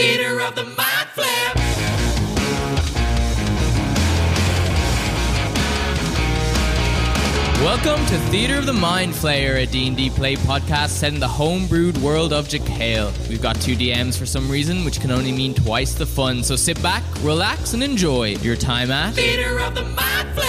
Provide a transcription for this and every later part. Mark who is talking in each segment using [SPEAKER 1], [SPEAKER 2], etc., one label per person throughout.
[SPEAKER 1] of the Mind Flip.
[SPEAKER 2] Welcome to Theater of the Mind Flayer, a D&D play podcast set in the homebrewed world of Jekyll. We've got two DMs for some reason, which can only mean twice the fun. So sit back, relax, and enjoy your time at
[SPEAKER 1] Theater of the Mind Flip.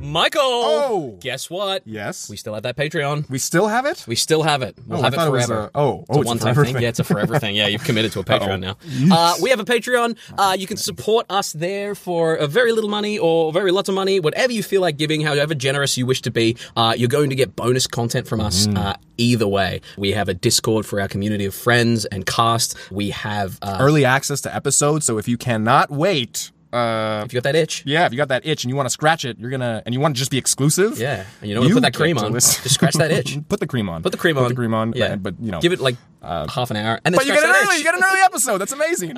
[SPEAKER 3] Michael!
[SPEAKER 4] Oh!
[SPEAKER 3] Guess what?
[SPEAKER 4] Yes.
[SPEAKER 3] We still have that Patreon.
[SPEAKER 4] We still have it?
[SPEAKER 3] We still have it. We'll
[SPEAKER 4] Oh, I
[SPEAKER 3] have it
[SPEAKER 4] thought it was
[SPEAKER 3] forever.
[SPEAKER 4] a- oh, oh,
[SPEAKER 3] a
[SPEAKER 4] it's a
[SPEAKER 3] one-time
[SPEAKER 4] forever
[SPEAKER 3] thing.
[SPEAKER 4] thing.
[SPEAKER 3] Yeah, it's a forever thing. Yeah, you've committed to a Patreon now. Uh, we have a Patreon. Uh, you can support us there for a very little money or very lots of money, whatever you feel like giving, however generous you wish to be. Uh, you're going to get bonus content from us
[SPEAKER 4] Mm-hmm.
[SPEAKER 3] uh, either way. We have a Discord for our community of friends and cast. We have uh,
[SPEAKER 4] Early access to episodes, so if you cannot wait, uh,
[SPEAKER 3] if you got that itch.
[SPEAKER 4] yeah, if you got that itch and you want to scratch it, you're gonna, and you want to just be exclusive.
[SPEAKER 3] Yeah, and you don't want to put that
[SPEAKER 4] get
[SPEAKER 3] cream on.
[SPEAKER 4] listen.
[SPEAKER 3] Just scratch that itch.
[SPEAKER 4] put the cream on.
[SPEAKER 3] Put the cream on.
[SPEAKER 4] Put the cream on.
[SPEAKER 3] Yeah,
[SPEAKER 4] but, but, you know, uh,
[SPEAKER 3] give it like half an hour, and then
[SPEAKER 4] But you
[SPEAKER 3] scratch
[SPEAKER 4] get an
[SPEAKER 3] that
[SPEAKER 4] early,
[SPEAKER 3] itch.
[SPEAKER 4] you get an early episode. That's amazing.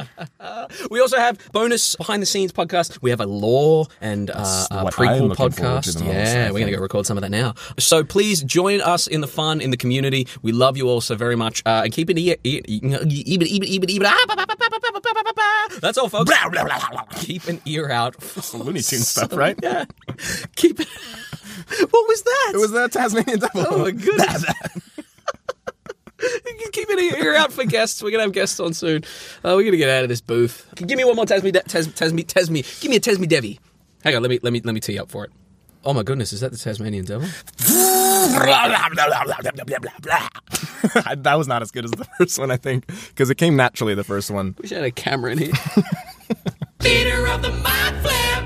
[SPEAKER 3] We also have bonus behind the scenes podcast. We have a lore and uh, a
[SPEAKER 4] what I'm
[SPEAKER 3] prequel
[SPEAKER 4] looking forward to
[SPEAKER 3] podcast.
[SPEAKER 4] the most, I
[SPEAKER 3] yeah, we're going to
[SPEAKER 4] think.
[SPEAKER 3] go record some of that now. So please join us in the fun, in the community. We love you all so very much. Uh, and keep it. E- e- e- e- e- e- e- That's all, folks. Keep an ear out. for
[SPEAKER 4] Looney Tunes stuff, right?
[SPEAKER 3] Yeah. Keep it. What was that?
[SPEAKER 4] It was the Tasmanian devil.
[SPEAKER 3] Oh my goodness. Keep an ear out for guests. We're gonna have guests on soon. Uh, we're gonna get out of this booth. Give me one more Tasme, De- Tas, Tasme, Tasme. Give me a Tasme Devi. Hang on, let me let me let me tee you up for it. Oh my goodness, is that the Tasmanian devil?
[SPEAKER 4] I- that was not as good as the first one, I think, because it came naturally the first one.
[SPEAKER 3] Wish I had a camera in here.
[SPEAKER 1] Theater of the Mind Flip.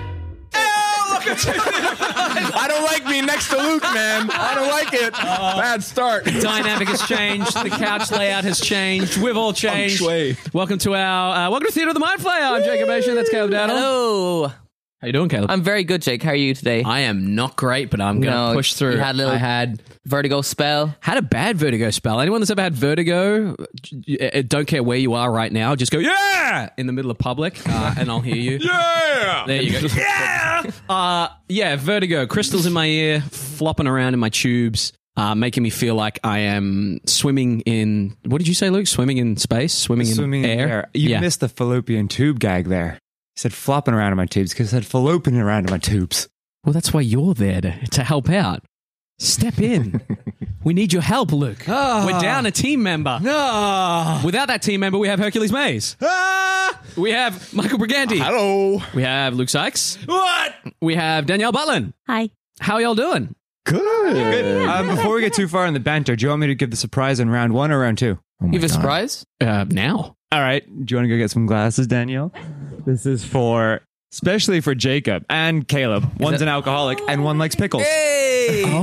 [SPEAKER 3] Oh,
[SPEAKER 4] I don't like being next to Luke, man. I don't like it. Bad start.
[SPEAKER 2] dynamic has changed. The couch layout has changed. We've all changed.
[SPEAKER 4] shui.
[SPEAKER 2] Welcome to our uh, welcome to Theater of the Mind Flayer. I'm Jacob Asher. That's Caleb Dowdle.
[SPEAKER 5] Hello.
[SPEAKER 2] How you doing, Caleb?
[SPEAKER 5] I'm very good, Jake. How are you today?
[SPEAKER 2] I am not great, but I'm gonna
[SPEAKER 5] No,
[SPEAKER 2] push through.
[SPEAKER 5] you had a little-
[SPEAKER 2] I had
[SPEAKER 5] Vertigo spell.
[SPEAKER 2] had a bad vertigo spell. Anyone that's ever had vertigo, j- j- uh, don't care where you are right now, just go yeah in the middle of public, uh, and I'll hear you.
[SPEAKER 4] Yeah.
[SPEAKER 2] There you go. yeah. Uh, yeah, vertigo. Crystals in my ear, flopping around in my tubes, uh, making me feel like I am swimming in. What did you say, Luke? Swimming in space? Swimming,
[SPEAKER 6] swimming
[SPEAKER 2] in air?
[SPEAKER 6] You
[SPEAKER 2] yeah.
[SPEAKER 6] missed the fallopian tube gag there. You said flopping around in my tubes because I said fallopian around in my tubes.
[SPEAKER 2] well, that's why you're there to, to help out. Step in. we need your help, Luke. We're down a team member.
[SPEAKER 6] No.
[SPEAKER 2] Without that team member, we have Hercules Mays. We have Michael Briganti.
[SPEAKER 4] Hello.
[SPEAKER 2] We have Luke Sykes.
[SPEAKER 4] What?
[SPEAKER 2] We have Danielle Butlin.
[SPEAKER 7] Hi.
[SPEAKER 2] How y'all doing?
[SPEAKER 6] Good. Uh, before we get too far in the banter, do you want me to give the surprise in round one or round two? Oh my
[SPEAKER 5] You have a
[SPEAKER 6] God.
[SPEAKER 5] surprise?
[SPEAKER 2] Uh, now.
[SPEAKER 6] All right. Do you want to go get some glasses, Danielle? This is for especially for Jacob and Caleb. One's an alcoholic and one likes pickles.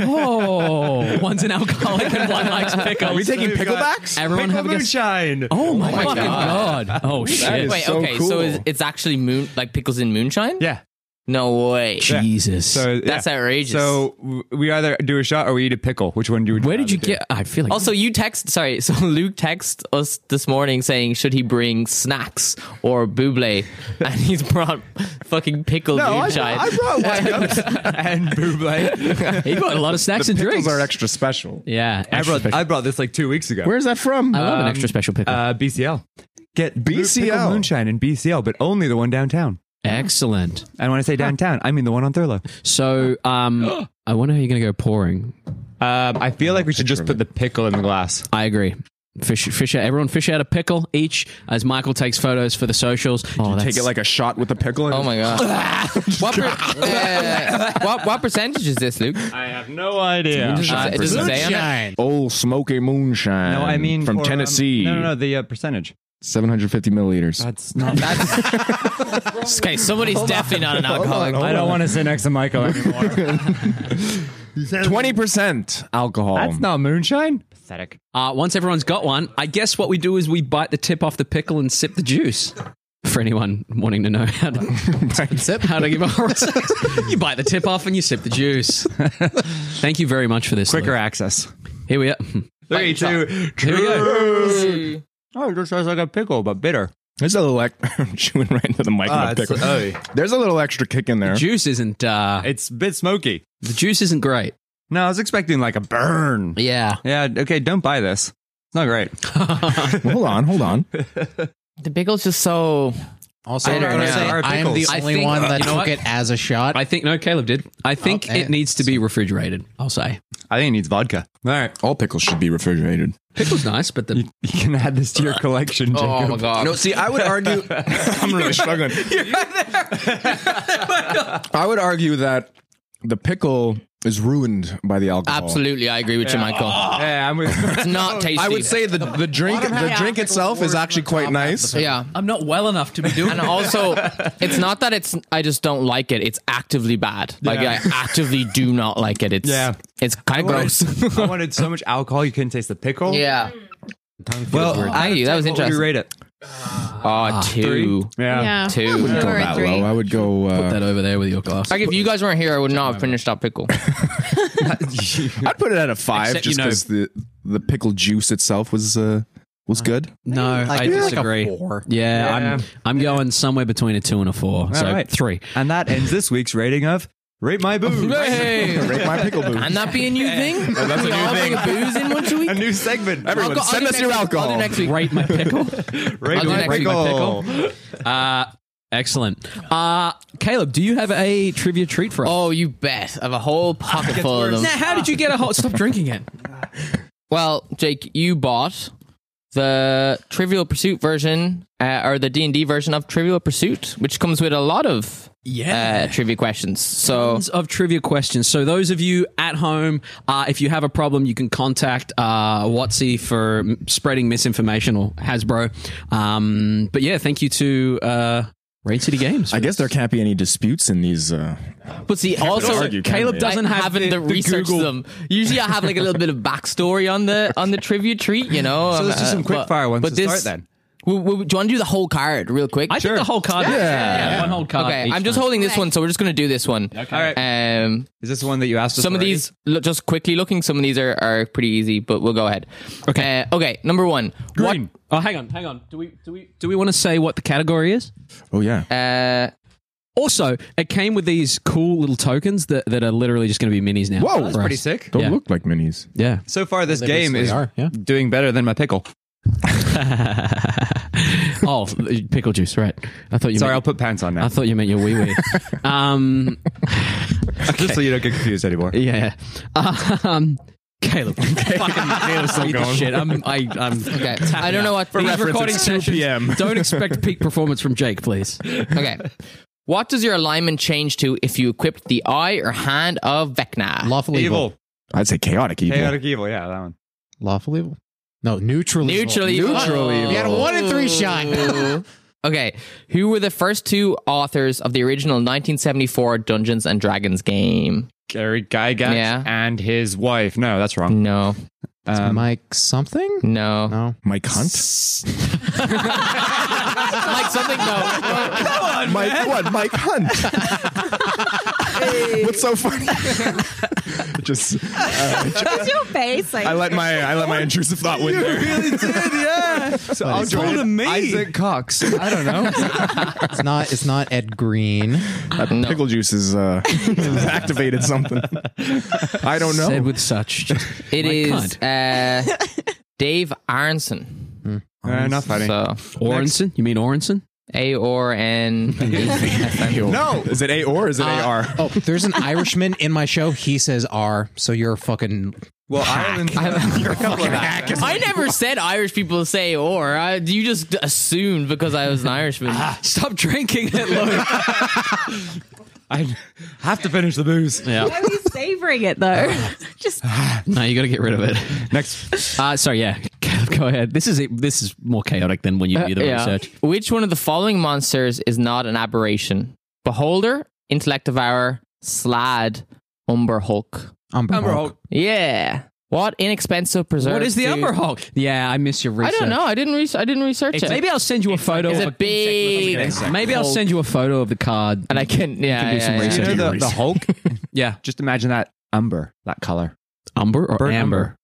[SPEAKER 2] Oh, one's an alcoholic and one likes pickles.
[SPEAKER 4] Are we taking picklebacks?
[SPEAKER 2] Everyone
[SPEAKER 6] Pickle
[SPEAKER 2] have a guess.
[SPEAKER 6] moonshine.
[SPEAKER 2] Oh my, fucking god. Oh shit.
[SPEAKER 4] is-
[SPEAKER 5] Wait,
[SPEAKER 4] so
[SPEAKER 5] okay.
[SPEAKER 4] cool.
[SPEAKER 5] So is, it's actually moon, like pickles in moonshine?
[SPEAKER 6] Yeah.
[SPEAKER 5] No way.
[SPEAKER 2] Jesus.
[SPEAKER 6] So yeah.
[SPEAKER 5] That's outrageous.
[SPEAKER 6] So w- we either do a shot or we eat a pickle. Which one do we?
[SPEAKER 2] Where did you
[SPEAKER 6] do?
[SPEAKER 2] get? I feel like
[SPEAKER 5] also, you text. Sorry. So Luke texted us this morning saying, should he bring snacks or buble? And he's brought fucking pickled moonshine.
[SPEAKER 6] brought and buble.
[SPEAKER 2] he got a lot of snacks and drinks.
[SPEAKER 4] extra special.
[SPEAKER 2] yeah,
[SPEAKER 6] I
[SPEAKER 2] extra
[SPEAKER 6] brought
[SPEAKER 2] special.
[SPEAKER 6] I brought this like two weeks ago.
[SPEAKER 4] Where's that from?
[SPEAKER 2] I love an
[SPEAKER 6] um,
[SPEAKER 2] extra special pickle.
[SPEAKER 6] uh, BCL? Get blue
[SPEAKER 4] BCL.
[SPEAKER 6] pickle moonshine in BCL, but only the one downtown.
[SPEAKER 2] Excellent.
[SPEAKER 6] And when I say downtown, I mean the one on Thurlow.
[SPEAKER 2] So, um, I wonder how you're gonna go pouring.
[SPEAKER 6] Um, I feel like we should just put the pickle in the glass.
[SPEAKER 2] I agree. Fish, fish out. Everyone, fish out a pickle each as Michael takes photos for the socials. Oh,
[SPEAKER 4] Take it like a shot with a pickle. in
[SPEAKER 5] Oh
[SPEAKER 4] it?
[SPEAKER 5] my god! what, per- uh, what what percentage is this, Luke?
[SPEAKER 6] I have no idea.
[SPEAKER 5] Uh, it doesn't say on it.
[SPEAKER 4] Old smoky moonshine.
[SPEAKER 6] no, I mean
[SPEAKER 4] from
[SPEAKER 6] for, um,
[SPEAKER 4] Tennessee.
[SPEAKER 6] no, Uh, no, no, the uh, percentage.
[SPEAKER 4] 750 milliliters.
[SPEAKER 6] That's not.
[SPEAKER 5] Okay, somebody's definitely not an alcoholic.
[SPEAKER 6] I don't want to sit next to Michael anymore.
[SPEAKER 4] 20% alcohol.
[SPEAKER 6] That's not moonshine. Pathetic.
[SPEAKER 2] Uh, once everyone's got one, I guess what we do is we bite the tip off the pickle and sip the juice. For anyone wanting to know how to sip, how to give a you bite the tip off and you sip the juice. Thank you very much for this.
[SPEAKER 6] Quicker
[SPEAKER 2] Luke.
[SPEAKER 6] access.
[SPEAKER 2] Here we are.
[SPEAKER 6] Three, two,
[SPEAKER 2] Here we go.
[SPEAKER 6] Oh, it just tastes like a pickle, but bitter.
[SPEAKER 4] There's a little. Ec- I'm chewing right into the mic. with
[SPEAKER 6] Ah,
[SPEAKER 4] a
[SPEAKER 6] it's-
[SPEAKER 4] pickle.
[SPEAKER 6] oh.
[SPEAKER 4] There's a little extra kick in there.
[SPEAKER 2] Juice isn't uh,
[SPEAKER 6] It's a bit smoky.
[SPEAKER 2] the juice isn't great.
[SPEAKER 6] No, I was expecting like a burn.
[SPEAKER 5] Yeah.
[SPEAKER 6] Yeah, okay, don't buy this. It's not great.
[SPEAKER 4] Well, hold on, hold on.
[SPEAKER 5] the Biggle's just so.
[SPEAKER 8] Also,
[SPEAKER 5] I
[SPEAKER 8] I'm
[SPEAKER 5] don't
[SPEAKER 8] gonna
[SPEAKER 5] know.
[SPEAKER 8] say
[SPEAKER 5] Are
[SPEAKER 8] I'm the
[SPEAKER 2] pickles- I
[SPEAKER 8] only
[SPEAKER 2] think-
[SPEAKER 8] one that
[SPEAKER 2] you know
[SPEAKER 8] took
[SPEAKER 2] what?
[SPEAKER 8] it as a shot.
[SPEAKER 2] I think no, Caleb did.
[SPEAKER 6] Oh,
[SPEAKER 2] I think
[SPEAKER 8] Okay.
[SPEAKER 2] it needs to be refrigerated. I'll say
[SPEAKER 6] I think it needs vodka. All right.
[SPEAKER 4] All pickles should be refrigerated.
[SPEAKER 2] pickles nice, but the
[SPEAKER 6] You, you can add this to your collection, Jacob.
[SPEAKER 2] oh my god,
[SPEAKER 4] No, see, I would argue.
[SPEAKER 9] I'm really struggling.
[SPEAKER 4] I would argue that the pickle is ruined by the alcohol.
[SPEAKER 5] Absolutely, I agree with you, Michael.
[SPEAKER 6] Yeah, I'm with
[SPEAKER 5] It's not tasty.
[SPEAKER 4] I would say the the drink the drink itself is actually quite nice.
[SPEAKER 5] yeah.
[SPEAKER 2] I'm not well enough to be doing.
[SPEAKER 5] And also, it's not that it's I just don't like it. It's actively bad. Like
[SPEAKER 6] Yeah.
[SPEAKER 5] I actively do not like it. It's
[SPEAKER 6] Yeah.
[SPEAKER 5] it's kind of gross.
[SPEAKER 6] I wanted so much alcohol you couldn't taste the pickle.
[SPEAKER 5] yeah.
[SPEAKER 6] Well,
[SPEAKER 5] Thank you. That was
[SPEAKER 6] what would you
[SPEAKER 5] interesting.
[SPEAKER 6] rate it? Ah,
[SPEAKER 5] Oh, two.
[SPEAKER 6] Yeah.
[SPEAKER 10] yeah.
[SPEAKER 5] Two.
[SPEAKER 10] I
[SPEAKER 4] Go
[SPEAKER 10] wouldn't go that
[SPEAKER 4] that low. I would go.
[SPEAKER 2] that
[SPEAKER 4] Uh,
[SPEAKER 2] over there with your glass.
[SPEAKER 5] Like if you guys weren't here, I would not have finished that pickle.
[SPEAKER 4] I'd put it at a five,
[SPEAKER 2] Except, you
[SPEAKER 4] just
[SPEAKER 2] know-
[SPEAKER 4] because the the pickle juice itself was uh, was
[SPEAKER 6] Uh-huh.
[SPEAKER 4] good.
[SPEAKER 2] no, I
[SPEAKER 8] Maybe like a
[SPEAKER 2] disagree.
[SPEAKER 8] four.
[SPEAKER 2] yeah,
[SPEAKER 6] Yeah.
[SPEAKER 2] I'm I'm going somewhere between a two and a four. so
[SPEAKER 6] right.
[SPEAKER 2] three.
[SPEAKER 6] And that ends this week's rating of Rate My Boo.
[SPEAKER 4] Rate my pickle boo.
[SPEAKER 5] And that be a new thing.
[SPEAKER 4] Oh, that's a
[SPEAKER 5] We
[SPEAKER 4] new
[SPEAKER 5] all
[SPEAKER 4] thing.
[SPEAKER 5] bring booze in once a week.
[SPEAKER 6] a new segment.
[SPEAKER 5] I'll
[SPEAKER 4] Everyone,
[SPEAKER 5] go- I'll
[SPEAKER 4] send
[SPEAKER 5] do
[SPEAKER 4] us
[SPEAKER 5] next
[SPEAKER 4] your
[SPEAKER 5] week. I'll do
[SPEAKER 4] alcohol.
[SPEAKER 5] next week.
[SPEAKER 2] Rate my pickle.
[SPEAKER 6] Rate
[SPEAKER 5] I'll do
[SPEAKER 6] My
[SPEAKER 5] next week.
[SPEAKER 6] Pickle.
[SPEAKER 2] Uh, excellent. Uh, Caleb, do you have a trivia treat for us?
[SPEAKER 5] Oh, you bet. I have a whole pocket full of them.
[SPEAKER 2] Now, how did you get a whole? Stop drinking it.
[SPEAKER 5] Well, Jake, you bought the Trivial Pursuit version uh, or the D and D version of Trivial Pursuit, which comes with a lot of
[SPEAKER 2] Yeah.
[SPEAKER 5] uh, trivia questions. So
[SPEAKER 2] Tons of trivia questions. So those of you at home, uh, if you have a problem, you can contact uh, Watsy for m- spreading misinformation or Hasbro. Um, but yeah, thank you to uh, Rain City Games.
[SPEAKER 4] I guess there can't be any disputes in these. Uh,
[SPEAKER 5] But see, also
[SPEAKER 4] argue, can
[SPEAKER 5] Caleb
[SPEAKER 4] we?
[SPEAKER 5] doesn't
[SPEAKER 2] Like,
[SPEAKER 5] have the,
[SPEAKER 2] having to
[SPEAKER 5] research
[SPEAKER 2] research
[SPEAKER 5] them. Usually, I have like a little bit of backstory on the on the trivia treat, you know.
[SPEAKER 6] So let's do
[SPEAKER 5] uh,
[SPEAKER 6] some quick
[SPEAKER 5] but-
[SPEAKER 6] fire ones
[SPEAKER 5] but
[SPEAKER 6] to
[SPEAKER 5] this-
[SPEAKER 6] start then.
[SPEAKER 5] we- we- do you want to do the whole card real quick?
[SPEAKER 2] I think the whole card. Yeah, one whole card.
[SPEAKER 5] Okay,
[SPEAKER 2] each
[SPEAKER 5] I'm just
[SPEAKER 2] one.
[SPEAKER 5] holding this
[SPEAKER 10] Okay.
[SPEAKER 5] one, so we're just going to do this one.
[SPEAKER 6] All right.
[SPEAKER 5] Um,
[SPEAKER 6] Is this one that you asked us
[SPEAKER 5] some of
[SPEAKER 6] already?
[SPEAKER 5] these, look, just quickly looking, some of these are, are pretty easy, but we'll go ahead. Okay. Uh, okay. Number one.
[SPEAKER 6] Green.
[SPEAKER 2] Oh, hang on, hang on. Do we do we do we want to say what the category is?
[SPEAKER 4] oh yeah.
[SPEAKER 5] What? Uh,
[SPEAKER 2] Also, it came with these cool little tokens that, that are literally just going to be minis now.
[SPEAKER 4] Whoa. That's
[SPEAKER 2] for
[SPEAKER 6] Pretty
[SPEAKER 2] us.
[SPEAKER 6] sick.
[SPEAKER 4] Don't
[SPEAKER 2] yeah.
[SPEAKER 4] look like minis.
[SPEAKER 2] Yeah.
[SPEAKER 6] So far, this game is
[SPEAKER 8] are, yeah.
[SPEAKER 6] doing better than my pickle.
[SPEAKER 2] oh, pickle juice, right? I thought you.
[SPEAKER 6] Sorry, I'll
[SPEAKER 2] meant,
[SPEAKER 6] put pants on now.
[SPEAKER 2] I thought you meant your wee wee. um,
[SPEAKER 6] Just so you don't get confused anymore.
[SPEAKER 2] yeah. Um, Caleb, fucking Caleb's still going. Shit, I'm. I, I'm
[SPEAKER 5] okay. I don't know what.
[SPEAKER 2] These recording
[SPEAKER 4] it's 2
[SPEAKER 2] sessions,
[SPEAKER 4] p.m..
[SPEAKER 2] Don't expect peak performance from Jake, please.
[SPEAKER 5] Okay. What does your alignment change to if you equipped the eye or hand of Vecna?
[SPEAKER 8] Lawful evil.
[SPEAKER 6] Evil.
[SPEAKER 4] I'd say chaotic evil.
[SPEAKER 6] Chaotic evil. Yeah, that one.
[SPEAKER 8] Lawful evil. No, neutral. evil.
[SPEAKER 5] Neutral evil.
[SPEAKER 4] Neutral evil.
[SPEAKER 8] You had a one in three shot.
[SPEAKER 5] okay. Who were the first two authors of the original 1974 Dungeons and Dragons game?
[SPEAKER 6] Gary Gygax
[SPEAKER 5] Yeah.
[SPEAKER 6] and his wife. No, that's wrong.
[SPEAKER 5] No.
[SPEAKER 6] Um,
[SPEAKER 8] Uh, Mike something.
[SPEAKER 5] No.
[SPEAKER 8] No.
[SPEAKER 4] Mike Hunt.
[SPEAKER 5] Mike something? No.
[SPEAKER 4] Mike what? Mike Hunt. What's so funny? Just
[SPEAKER 10] That's your face. Like,
[SPEAKER 4] I let my I let my intrusive thought win. there.
[SPEAKER 6] so I'll join Isaac Cox. I don't know.
[SPEAKER 8] It's not. It's not Ed Green.
[SPEAKER 4] That pickle juice is uh, activated something. I don't know.
[SPEAKER 2] Said with such. just-
[SPEAKER 5] It
[SPEAKER 2] My
[SPEAKER 5] is uh, Dave Aronson.
[SPEAKER 6] uh, not funny.
[SPEAKER 5] So
[SPEAKER 2] Orenson? You mean Orenson?
[SPEAKER 5] A or N. E.
[SPEAKER 4] no, is it A or is it A R?
[SPEAKER 8] Oh, there's an Irishman in my show. He says R. So you're a fucking.
[SPEAKER 6] well, Ireland. You're a couple of hackers.
[SPEAKER 5] I never said Irish people say or. I, you just assumed because I was an Irishman.
[SPEAKER 2] Ah, Stop drinking it, Luke.
[SPEAKER 6] I have to finish the booze.
[SPEAKER 10] why are we savoring it though? Just
[SPEAKER 2] no, you got to get rid of it.
[SPEAKER 6] Next.
[SPEAKER 2] Uh, sorry, yeah. Caleb, go ahead. This is this is more chaotic than when you do the research.
[SPEAKER 5] Which one of the following monsters is not an aberration? Beholder, Intellect Devourer, Slad, Umber Hulk.
[SPEAKER 8] Umber, Hulk.
[SPEAKER 5] Yeah. What inexpensive preserve?
[SPEAKER 2] What is the
[SPEAKER 5] food-
[SPEAKER 2] Umber Hulk? Yeah, I miss your
[SPEAKER 5] I
[SPEAKER 2] research.
[SPEAKER 5] don't know. I didn't. Re- I didn't research it.
[SPEAKER 2] Maybe I'll send you a photo.
[SPEAKER 5] it's
[SPEAKER 2] of
[SPEAKER 5] a big
[SPEAKER 2] Insect. Maybe I'll
[SPEAKER 5] Hulk.
[SPEAKER 2] send you a photo of the card.
[SPEAKER 5] and I can. Yeah.
[SPEAKER 2] do
[SPEAKER 5] yeah,
[SPEAKER 2] some
[SPEAKER 5] yeah.
[SPEAKER 2] research.
[SPEAKER 6] You
[SPEAKER 4] do
[SPEAKER 6] know the, the
[SPEAKER 4] research.
[SPEAKER 6] Hulk?
[SPEAKER 2] Yeah,
[SPEAKER 6] Just imagine that umber, that color.
[SPEAKER 2] umber or
[SPEAKER 6] Burnt
[SPEAKER 2] amber?
[SPEAKER 6] umber.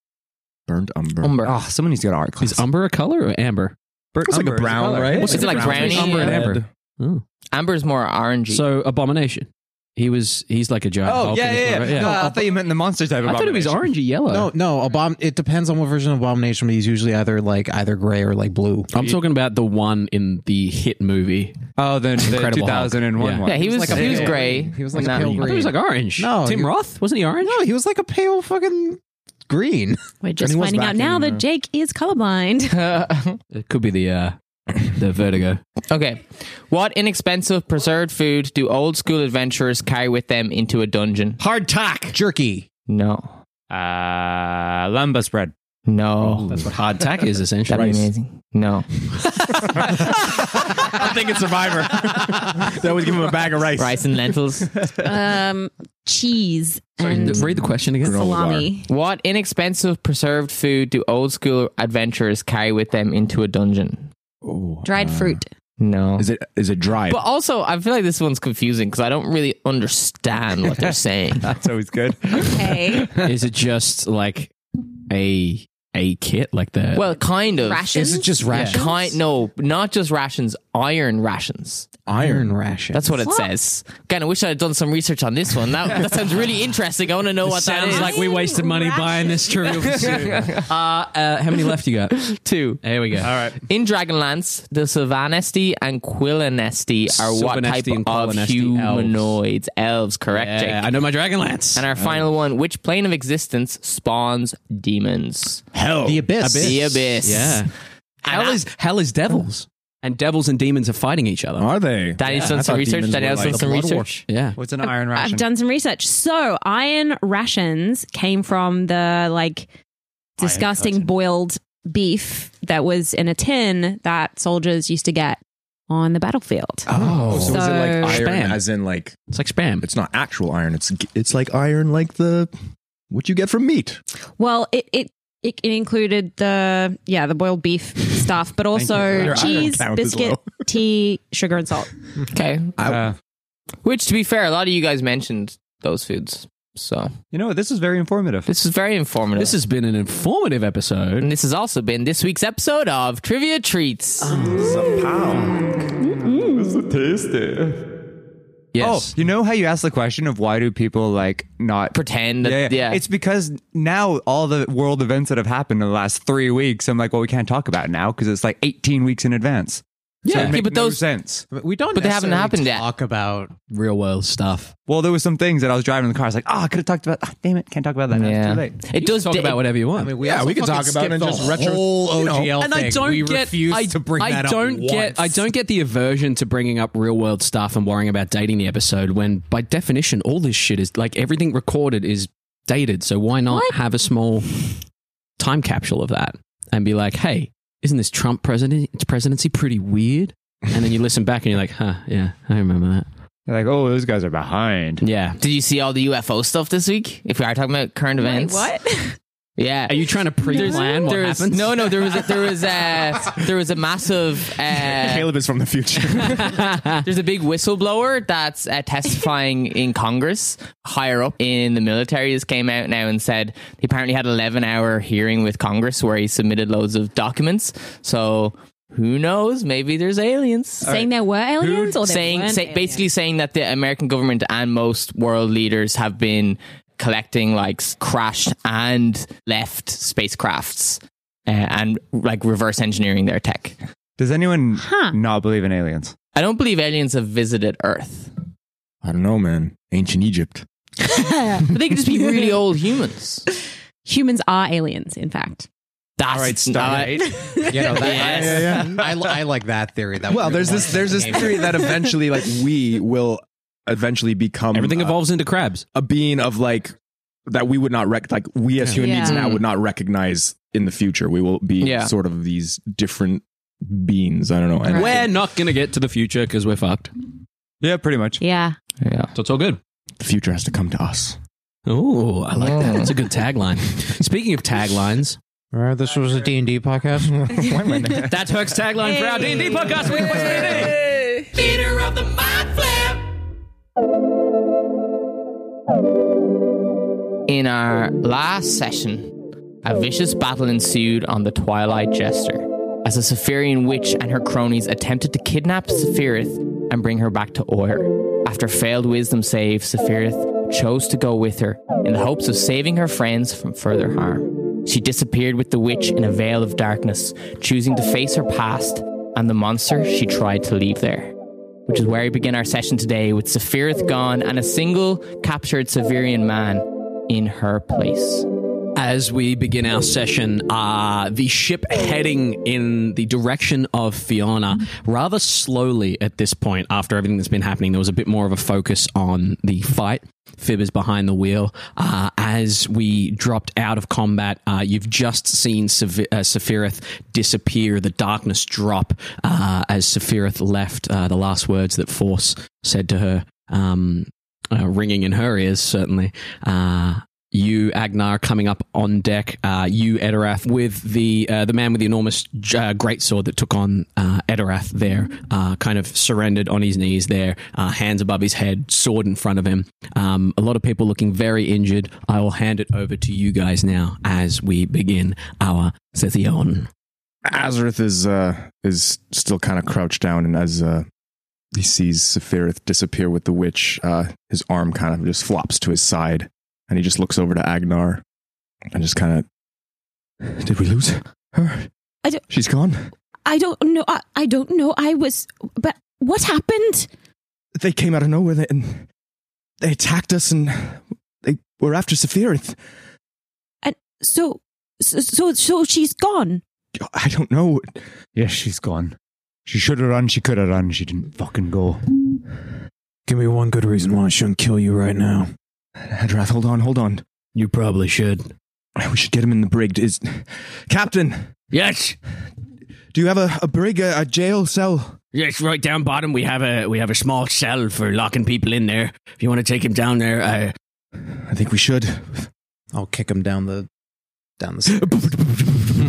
[SPEAKER 4] Burned umber.
[SPEAKER 5] Umber.
[SPEAKER 6] Oh, someone needs to go to art class.
[SPEAKER 2] Is umber a color or amber?
[SPEAKER 6] Burnt
[SPEAKER 4] It's like a
[SPEAKER 6] umber is
[SPEAKER 4] brown,
[SPEAKER 6] color.
[SPEAKER 4] right?
[SPEAKER 5] Is it like brownie?
[SPEAKER 2] Umber and
[SPEAKER 5] Yeah.
[SPEAKER 2] amber.
[SPEAKER 5] Amber's more orangey.
[SPEAKER 2] So abomination. He was he's like a giant.
[SPEAKER 6] Oh,
[SPEAKER 2] Hulk
[SPEAKER 6] yeah,
[SPEAKER 2] in this
[SPEAKER 6] yeah,
[SPEAKER 2] one,
[SPEAKER 6] yeah.
[SPEAKER 2] right?
[SPEAKER 6] No, I thought you meant the monster type of
[SPEAKER 2] I thought it was orangey yellow.
[SPEAKER 8] No, no. Abom- it depends on what version of Abomination, but he's usually either like either gray or like blue.
[SPEAKER 2] I'm talking about the one in the hit movie.
[SPEAKER 6] Oh, the, the
[SPEAKER 2] Incredible Hulk.
[SPEAKER 6] 2001
[SPEAKER 2] Yeah.
[SPEAKER 6] one.
[SPEAKER 5] Yeah, he was,
[SPEAKER 8] like a
[SPEAKER 5] he was
[SPEAKER 8] pale-
[SPEAKER 5] gray.
[SPEAKER 8] he was like
[SPEAKER 5] in
[SPEAKER 8] a
[SPEAKER 5] that
[SPEAKER 8] pale
[SPEAKER 5] one.
[SPEAKER 2] I thought it was like orange.
[SPEAKER 8] No,
[SPEAKER 2] Tim
[SPEAKER 8] you-
[SPEAKER 2] Roth wasn't he orange?
[SPEAKER 8] No, he was like a pale fucking green.
[SPEAKER 10] We're just
[SPEAKER 4] was
[SPEAKER 10] finding
[SPEAKER 4] back
[SPEAKER 10] out now
[SPEAKER 4] in, uh,
[SPEAKER 10] that Jake is colorblind.
[SPEAKER 2] It could be the uh, the vertigo.
[SPEAKER 5] Okay. What inexpensive preserved food do old school adventurers carry with them into a dungeon?
[SPEAKER 2] Hard tack.
[SPEAKER 8] Jerky.
[SPEAKER 5] No.
[SPEAKER 6] Uh, lamba spread.
[SPEAKER 5] No.
[SPEAKER 2] That's what hard tack is essentially.
[SPEAKER 5] That'd be amazing. No.
[SPEAKER 6] I think it's Survivor.
[SPEAKER 4] They always give him a bag of rice.
[SPEAKER 5] Rice and lentils.
[SPEAKER 10] um, cheese and
[SPEAKER 2] Read the question again.
[SPEAKER 10] salami.
[SPEAKER 5] What inexpensive preserved food do old school adventurers carry with them into a dungeon?
[SPEAKER 4] Ooh,
[SPEAKER 10] Dried
[SPEAKER 4] uh,
[SPEAKER 10] fruit.
[SPEAKER 5] No.
[SPEAKER 4] Is it is it dry?
[SPEAKER 5] But also, I feel like this one's confusing because I don't really understand what they're saying.
[SPEAKER 6] That's always good.
[SPEAKER 10] Okay.
[SPEAKER 2] is it just like a a kit like the
[SPEAKER 5] well, kind of.
[SPEAKER 10] rations.
[SPEAKER 8] Is it just rations?
[SPEAKER 5] Kind, no, not just rations, iron rations.
[SPEAKER 8] Iron ration.
[SPEAKER 5] That's what it
[SPEAKER 10] What?
[SPEAKER 5] says. Again, I wish I had done some research on this one. That, that sounds really interesting. I want to know what that
[SPEAKER 2] sounds
[SPEAKER 5] is.
[SPEAKER 2] like we wasted money buying this trivial pursuit. uh, uh, how many left you got?
[SPEAKER 5] two.
[SPEAKER 2] There we go. All right.
[SPEAKER 5] In Dragonlance, the Sylvanesti and Quilinesti are what
[SPEAKER 2] Sylvanesti
[SPEAKER 5] type
[SPEAKER 2] and
[SPEAKER 5] of
[SPEAKER 2] Quilinesti
[SPEAKER 5] humanoids? Elves, correct,
[SPEAKER 2] Yeah,
[SPEAKER 5] Jake?
[SPEAKER 2] I know my dragon lance.
[SPEAKER 5] And our final one, which plane of existence spawns demons?
[SPEAKER 4] Hell.
[SPEAKER 8] The abyss.
[SPEAKER 5] The abyss.
[SPEAKER 2] yeah. Hell is hell is devils, and devils and demons are fighting each other.
[SPEAKER 4] Are they?
[SPEAKER 5] Danny's
[SPEAKER 4] Yeah, I
[SPEAKER 5] done some
[SPEAKER 4] thought
[SPEAKER 5] research.
[SPEAKER 4] demons were
[SPEAKER 5] Danielle's
[SPEAKER 4] like
[SPEAKER 5] done
[SPEAKER 4] a
[SPEAKER 5] some
[SPEAKER 4] blood war.
[SPEAKER 5] research.
[SPEAKER 2] Yeah.
[SPEAKER 6] What's an iron ration?
[SPEAKER 10] I've done some research. So iron rations came from the like disgusting boiled beef that was in a tin that soldiers used to get on the battlefield.
[SPEAKER 4] Oh, so, is it like
[SPEAKER 10] So-
[SPEAKER 4] iron,
[SPEAKER 2] Spam.
[SPEAKER 4] as in like
[SPEAKER 2] It's like spam.
[SPEAKER 4] it's not actual iron. It's it's like iron, like the what you get from meat.
[SPEAKER 10] Well, it it it included the yeah the boiled beef stuff, but also
[SPEAKER 4] Your iron
[SPEAKER 10] cheese,
[SPEAKER 4] count is
[SPEAKER 10] biscuit,
[SPEAKER 4] low.
[SPEAKER 10] tea, sugar, and salt.
[SPEAKER 5] Okay.
[SPEAKER 6] Uh,
[SPEAKER 5] Which, to be fair, a lot of you guys mentioned those foods. So
[SPEAKER 6] you know what? This is very informative.
[SPEAKER 5] this is very informative.
[SPEAKER 2] This has been an informative episode.
[SPEAKER 5] and this has also been this week's episode of Trivia Treats.
[SPEAKER 8] Uh-huh.
[SPEAKER 2] Yes.
[SPEAKER 6] Oh, you know how you asked the question of why do people like not
[SPEAKER 5] Pretend that-
[SPEAKER 6] Yeah,
[SPEAKER 5] yeah.
[SPEAKER 6] It's because now all the world events that have happened in the last three weeks, I'm like, well, we can't talk about it now because it's like 18 weeks in advance.
[SPEAKER 5] Yeah.
[SPEAKER 6] it
[SPEAKER 5] Yeah,
[SPEAKER 6] made
[SPEAKER 5] but
[SPEAKER 6] no
[SPEAKER 5] those-
[SPEAKER 6] sense.
[SPEAKER 8] But we don't.
[SPEAKER 5] But they haven't
[SPEAKER 8] necessarily
[SPEAKER 5] happened yet.
[SPEAKER 8] Talk about
[SPEAKER 2] Real world stuff.
[SPEAKER 6] Well, there were some things that I was driving in the car. I was like, oh, I could have talked about. ah, damn it, can't talk about that. now. It's too late.
[SPEAKER 5] It does
[SPEAKER 2] Talk
[SPEAKER 5] di-
[SPEAKER 2] about whatever you want.
[SPEAKER 8] I mean,
[SPEAKER 4] Yeah,
[SPEAKER 8] also
[SPEAKER 4] we could
[SPEAKER 8] fucking
[SPEAKER 4] talk about it and
[SPEAKER 8] skipped
[SPEAKER 4] just
[SPEAKER 8] the
[SPEAKER 4] retro-
[SPEAKER 8] whole
[SPEAKER 4] you know.
[SPEAKER 8] OGL
[SPEAKER 2] and
[SPEAKER 8] thing.
[SPEAKER 2] I don't
[SPEAKER 8] we
[SPEAKER 2] get.
[SPEAKER 8] refuse
[SPEAKER 2] I,
[SPEAKER 8] to bring
[SPEAKER 2] I
[SPEAKER 8] that
[SPEAKER 2] don't
[SPEAKER 8] up
[SPEAKER 2] get. I
[SPEAKER 8] once.
[SPEAKER 2] don't get the aversion to bringing up real world stuff and worrying about dating the episode. When by definition, all this shit is like everything recorded is dated. So why not
[SPEAKER 10] What?
[SPEAKER 2] have a small time capsule of that and be like, hey, isn't this Trump president presidency pretty weird? And then you listen back and you're like, huh, yeah, I remember that.
[SPEAKER 6] They're like, oh, those guys are behind.
[SPEAKER 2] Yeah.
[SPEAKER 5] Did you see all the UFO stuff this week? If we are talking about current
[SPEAKER 10] Wait,
[SPEAKER 5] events,
[SPEAKER 10] what?
[SPEAKER 5] Yeah.
[SPEAKER 2] Are you trying to pre-plan what
[SPEAKER 5] There's-
[SPEAKER 2] happens?
[SPEAKER 5] No, no. There was a, there was a there was a massive. Uh,
[SPEAKER 4] Caleb is from the future.
[SPEAKER 5] there's a big whistleblower that's uh, testifying in Congress. Higher up in the military, just came out now and said he apparently had an 11 hour hearing with Congress where he submitted loads of documents. So who knows? Maybe there's aliens.
[SPEAKER 10] saying there were aliens, or there
[SPEAKER 5] saying
[SPEAKER 10] weren't
[SPEAKER 5] say,
[SPEAKER 10] aliens?
[SPEAKER 5] basically saying that the American government and most world leaders have been collecting like s- crashed and left spacecrafts uh, and like reverse engineering their tech.
[SPEAKER 6] Does anyone not believe in aliens?
[SPEAKER 5] I don't believe aliens have visited Earth,
[SPEAKER 4] I don't know, man. Ancient Egypt.
[SPEAKER 5] but they could just be really old humans.
[SPEAKER 10] humans are aliens. In fact,
[SPEAKER 5] That's not-
[SPEAKER 8] You know, that,
[SPEAKER 5] Yes.
[SPEAKER 4] yeah.
[SPEAKER 8] I, li- I like that theory. That
[SPEAKER 4] Well,
[SPEAKER 8] we
[SPEAKER 4] there's
[SPEAKER 8] want
[SPEAKER 4] this there's this theory that eventually like we will eventually become
[SPEAKER 2] Everything
[SPEAKER 8] Uh,
[SPEAKER 4] a,
[SPEAKER 2] evolves into crabs.
[SPEAKER 4] a being of like that we would not rec like we as human beings
[SPEAKER 10] Yeah.
[SPEAKER 4] now would not recognize in the future. We will be
[SPEAKER 5] Yeah.
[SPEAKER 4] sort of these different beings. I don't know. And
[SPEAKER 10] Right.
[SPEAKER 2] We're not going to get to the future because we're fucked.
[SPEAKER 6] Yeah, pretty much.
[SPEAKER 10] yeah.
[SPEAKER 5] yeah.
[SPEAKER 2] So it's all good.
[SPEAKER 4] the future has to come to us.
[SPEAKER 2] Oh, I like that. That's a good tagline. Speaking of taglines,
[SPEAKER 8] Remember, this was a D&D podcast.
[SPEAKER 2] that's Herc's tagline for our D&D podcast. We play D&D.
[SPEAKER 11] Theater of the Mind Flap.
[SPEAKER 5] In our last session, a vicious battle ensued on the Twilight Jester as a Saphirian witch and her cronies attempted to kidnap Saphirith and bring her back to Oyer. After failed wisdom save, Sephiroth chose to go with her in the hopes of saving her friends from further harm. She disappeared with the witch in a veil of darkness, choosing to face her past and the monster she tried to leave there. Which is where we begin our session today with Sephiroth gone and a single captured Severian man in her place.
[SPEAKER 2] As we begin our session, uh, the ship heading in the direction of Fiona rather slowly at this point. After everything that's been happening, there was a bit more of a focus on the fight. Fib is behind the wheel. Uh, as we dropped out of combat, uh, you've just seen Sev- uh, Sephiroth disappear, the darkness drop uh, as Sephiroth left. Uh, the last words that Force said to her, um, uh, ringing in her ears, certainly. Uh, you Agnar coming up on deck. Uh, you Edorath with the uh, the man with the enormous uh, greatsword that took on uh, Edorath there, uh, kind of surrendered on his knees there, uh, hands above his head, sword in front of him. Um, a lot of people looking very injured. I will hand it over to you guys now as we begin our session.
[SPEAKER 12] Azareth is uh is still kind of crouched down, and as uh he sees Sephiroth disappear with the witch, uh his arm kind of just flops to his side, and he just looks over to Agnar, and just kind of, did we lose her?
[SPEAKER 10] I don't-
[SPEAKER 12] She's gone.
[SPEAKER 10] I don't know. I, I don't know. I was, but what happened?
[SPEAKER 12] They came out of nowhere they, and they attacked us, and they were after Sephiroth.
[SPEAKER 10] So, so, so, so she's gone.
[SPEAKER 12] I don't know.
[SPEAKER 6] Yes, she's gone. She should have run. She could have run. She didn't fucking go.
[SPEAKER 8] Give me one good reason why I shouldn't kill you right now.
[SPEAKER 12] Hadrath, hold on, hold on.
[SPEAKER 2] You probably should.
[SPEAKER 12] We should get him in the brig. Is Captain?
[SPEAKER 2] Yes,
[SPEAKER 12] Do you have a, a brig, a, a jail cell?
[SPEAKER 2] yes, right down bottom. We have a we have a small cell for locking people in there. If you want to take him down there, uh,
[SPEAKER 12] I think we should.
[SPEAKER 8] I'll kick him down the down the stairs.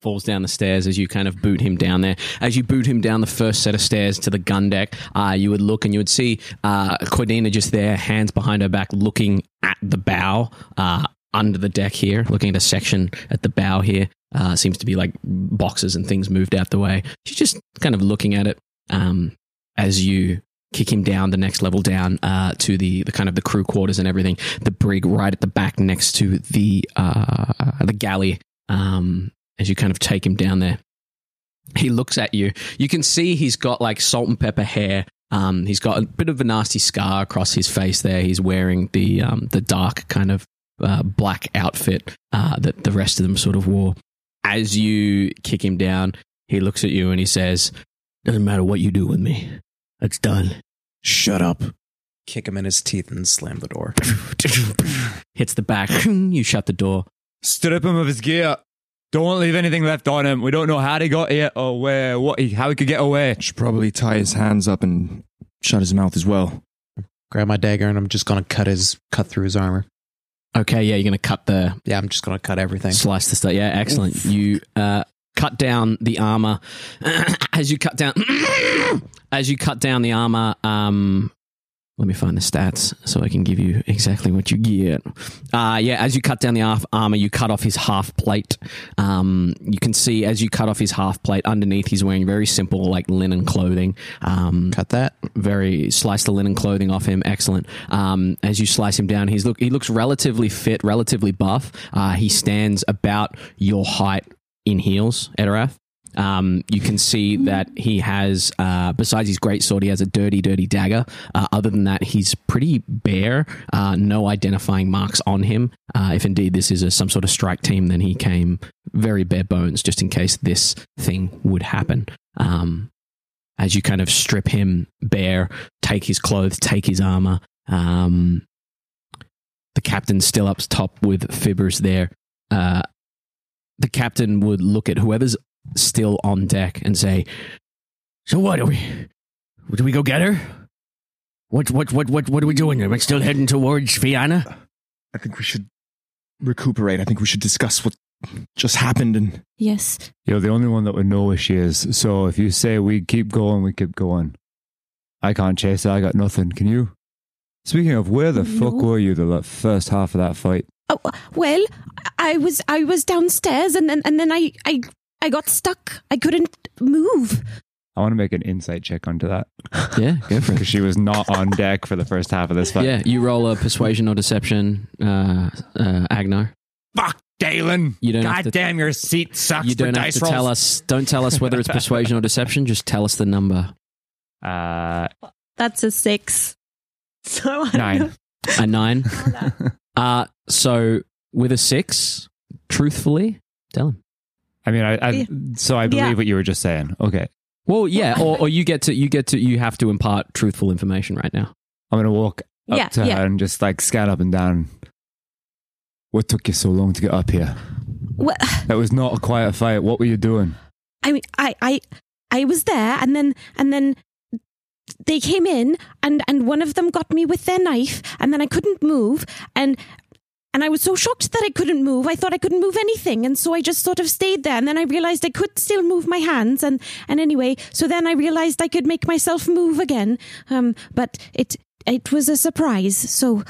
[SPEAKER 2] falls down the stairs as you kind of boot him down there. As you boot him down the first set of stairs to the gun deck, uh, you would look and you would see uh, Cordina just there, hands behind her back, looking at the bow uh, under the deck here, looking at a section at the bow here. Uh, seems to be like boxes and things moved out the way. She's just kind of looking at it um, as you kick him down the next level down uh, to the, the kind of the crew quarters and everything. The brig right at the back next to the uh, the galley. Um, as you kind of take him down there. He looks at you. You can see he's got like salt and pepper hair. Um, he's got a bit of a nasty scar across his face there. He's wearing the um, the dark kind of uh, black outfit uh, that the rest of them sort of wore. As you kick him down, he looks at you and he says, "Doesn't matter what you do with me, it's done."
[SPEAKER 8] Shut up. Kick him in his teeth and slam the door.
[SPEAKER 2] Hits the back. You shut the door.
[SPEAKER 13] Strip him of his gear. Don't leave anything left on him. We don't know how he got here or where, what he, how he could get away.
[SPEAKER 12] Should probably tie his hands up and shut his mouth as well.
[SPEAKER 8] Grab my dagger and I'm just gonna cut his cut through his armor.
[SPEAKER 2] Okay, yeah, you're gonna cut the
[SPEAKER 8] Yeah, I'm just gonna cut everything.
[SPEAKER 2] Slice the steak. Yeah, excellent. You uh, cut down the armor. as you cut down, as you cut down the armor. Um, let me find the stats so I can give you exactly what you get. Uh, yeah, as you cut down the half armor, you cut off his half plate. Um, you can see as you cut off his half plate, underneath he's wearing very simple like linen clothing. Um,
[SPEAKER 8] Cut that.
[SPEAKER 2] very slice the linen clothing off him. Excellent. Um, as you slice him down, he's look he looks relatively fit, relatively buff. Uh, he stands about your height in heels, Edorath. Um, you can see that he has, uh, besides his great sword, he has a dirty, dirty dagger. Uh, other than that, he's pretty bare. Uh, no identifying marks on him. Uh, if indeed this is a, some sort of strike team, then he came very bare bones, just in case this thing would happen. Um, as you kind of strip him bare, take his clothes, take his armor. Um, the captain's still up top with Fibbers there. Uh, the captain would look at whoever's still on deck and say, "So what are we? Do we go get her? What what what what what are we doing? Are we still heading towards Fianna?
[SPEAKER 12] I think we should recuperate. I think we should discuss what just happened and
[SPEAKER 10] Yes.
[SPEAKER 6] You're the only one that would know where she is. So if you say we keep going, we keep going. I can't chase her. I got nothing. Can you? Speaking of, where the fuck
[SPEAKER 10] No.
[SPEAKER 6] were you the la- first half of that fight?
[SPEAKER 10] Oh, well, I was I was downstairs and then and then I I I got stuck. I couldn't move.
[SPEAKER 6] I want to make an insight check onto that.
[SPEAKER 2] Yeah, go for it.
[SPEAKER 6] Because she was not on deck for the first half of this fight.
[SPEAKER 2] yeah, you roll a persuasion or deception, uh, uh, Agno.
[SPEAKER 6] Fuck, Galen.
[SPEAKER 2] You don't. have
[SPEAKER 6] God
[SPEAKER 2] to,
[SPEAKER 6] damn, your seat sucks.
[SPEAKER 2] you
[SPEAKER 6] for
[SPEAKER 2] don't have
[SPEAKER 6] dice
[SPEAKER 2] to
[SPEAKER 6] rolls.
[SPEAKER 2] tell us. Don't tell us whether it's persuasion or deception. Just tell us the number.
[SPEAKER 6] Uh,
[SPEAKER 10] That's a six. So I
[SPEAKER 6] nine.
[SPEAKER 2] a nine. uh, so with a six, truthfully, tell him.
[SPEAKER 6] I mean, I,
[SPEAKER 10] Yeah.
[SPEAKER 6] I so I believe
[SPEAKER 10] Yeah.
[SPEAKER 6] what you were just saying. Okay,
[SPEAKER 2] Well, yeah, or, or you get to you get to you have to impart truthful information right now.
[SPEAKER 6] I'm gonna walk up
[SPEAKER 10] Yeah,
[SPEAKER 6] to
[SPEAKER 10] yeah.
[SPEAKER 6] her and just like scan up and down. What took you so long to get up here?
[SPEAKER 10] What?
[SPEAKER 6] That was not a quiet fight. What were you doing?
[SPEAKER 10] I mean, I, I, I was there, and then, and then they came in, and and one of them got me with their knife, and then I couldn't move, and and I was so shocked that I couldn't move. I thought I couldn't move anything, and so I just sort of stayed there, and then I realized I could still move my hands, and and anyway, so then I realized I could make myself move again. Um, but it it was a surprise, so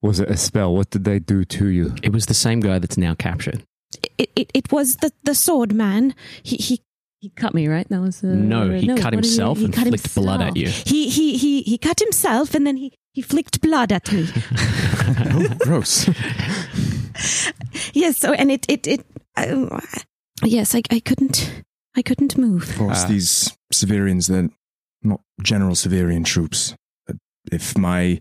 [SPEAKER 6] Was it a spell? What did they do to you?
[SPEAKER 2] It was the same guy that's now captured.
[SPEAKER 10] it it, it was the the sword man. He he he cut me right. That was the
[SPEAKER 2] No, he cut
[SPEAKER 10] what did
[SPEAKER 2] himself and flicked blood at you.
[SPEAKER 10] He he he he cut himself and then he he flicked blood at me.
[SPEAKER 12] Oh, gross.
[SPEAKER 10] yes. So and it it it. Um, yes, I I couldn't I couldn't move.
[SPEAKER 12] Of course,
[SPEAKER 6] Ah.
[SPEAKER 12] these Severians, they're not general Severian troops. But If my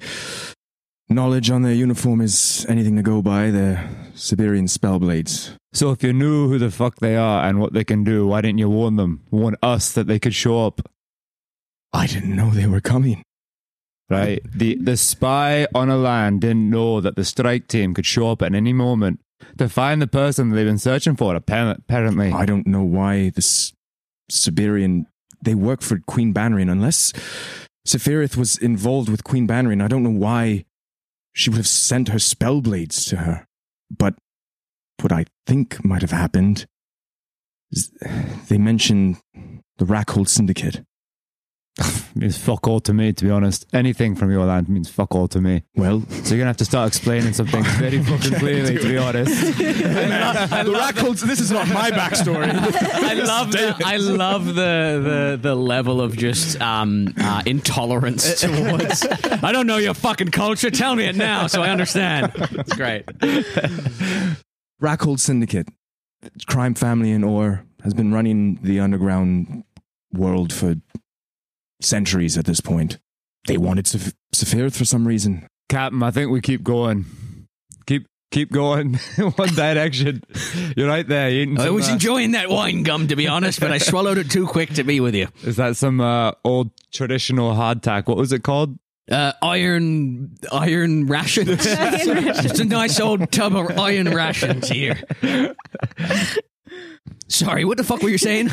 [SPEAKER 12] knowledge on their uniform is anything to go by, they're Siberian spellblades.
[SPEAKER 6] So if you knew who the fuck they are and what they can do, why didn't you warn them? Warn us that they could show up,
[SPEAKER 12] I didn't know they were coming.
[SPEAKER 6] right? The the spy on a land didn't know that the strike team could show up at any moment to find the person they've been searching for. appa- Apparently,
[SPEAKER 12] I don't know why this Siberian. They work for Queen Bannerin, unless Sephiroth was involved with Queen Bannerin. I don't know why she would have sent her spellblades to her. But what I think might have happened is they mentioned the Rackhold Syndicate.
[SPEAKER 6] means fuck all to me. To be honest, anything from your land means fuck all to me.
[SPEAKER 12] Well,
[SPEAKER 6] So you're gonna have to start explaining some things very fucking clearly. To be honest,
[SPEAKER 12] the Rackhold. This is not my backstory.
[SPEAKER 2] I love the, I love the, the the level of just um, uh, intolerance towards. I don't know your fucking culture. Tell me it now, so I understand. It's great.
[SPEAKER 12] Rackhold Syndicate, crime family in Or, has been running the underground world for centuries at this point. They wanted Seph- Sephiroth for some reason.
[SPEAKER 6] Captain, I think we keep going. Keep keep going in one direction. You're right there. You're eating
[SPEAKER 2] I
[SPEAKER 6] some,
[SPEAKER 2] was
[SPEAKER 6] uh,
[SPEAKER 2] enjoying that wine gum, to be honest, but I swallowed it too quick to be with you.
[SPEAKER 6] Is that some uh, old traditional hardtack? What was it called?
[SPEAKER 2] Uh, iron iron rations. it's a nice old tub of iron rations here. Sorry, what the fuck were you saying?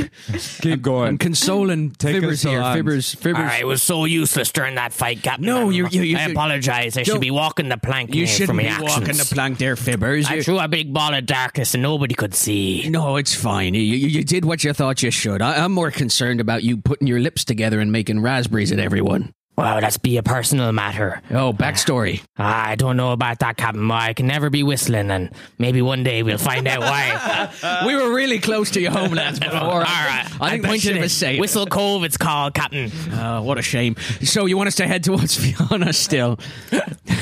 [SPEAKER 6] Keep
[SPEAKER 2] I'm
[SPEAKER 6] going.
[SPEAKER 2] consoling
[SPEAKER 6] Take
[SPEAKER 2] fibbers
[SPEAKER 6] us to
[SPEAKER 2] here.
[SPEAKER 6] land.
[SPEAKER 2] Fibbers, fibbers.
[SPEAKER 14] I was so useless during that fight, Captain.
[SPEAKER 2] No,
[SPEAKER 14] I'm-
[SPEAKER 2] you- you- you
[SPEAKER 14] I
[SPEAKER 2] should-
[SPEAKER 14] apologize. I should
[SPEAKER 2] Don't-
[SPEAKER 14] be walking the plank
[SPEAKER 2] You
[SPEAKER 14] here for
[SPEAKER 2] shouldn't
[SPEAKER 14] my
[SPEAKER 2] be
[SPEAKER 14] actions.
[SPEAKER 2] walking the plank there, fibbers.
[SPEAKER 14] I
[SPEAKER 2] You-
[SPEAKER 14] threw a big ball of darkness and nobody could see.
[SPEAKER 2] no, it's fine. You, you, you did what you thought you should. I, I'm more concerned about you putting your lips together and making raspberries at everyone.
[SPEAKER 14] Well, that's be a personal matter.
[SPEAKER 2] Oh, backstory.
[SPEAKER 14] I don't know about that, Captain. I can never be whistling, and maybe one day we'll find out why.
[SPEAKER 2] we were really close to your homelands before.
[SPEAKER 14] All right.
[SPEAKER 2] I think we should have say it.
[SPEAKER 14] Whistle Cove, it's called, Captain.
[SPEAKER 2] Oh, what a shame. So you want us to head towards Fiona still?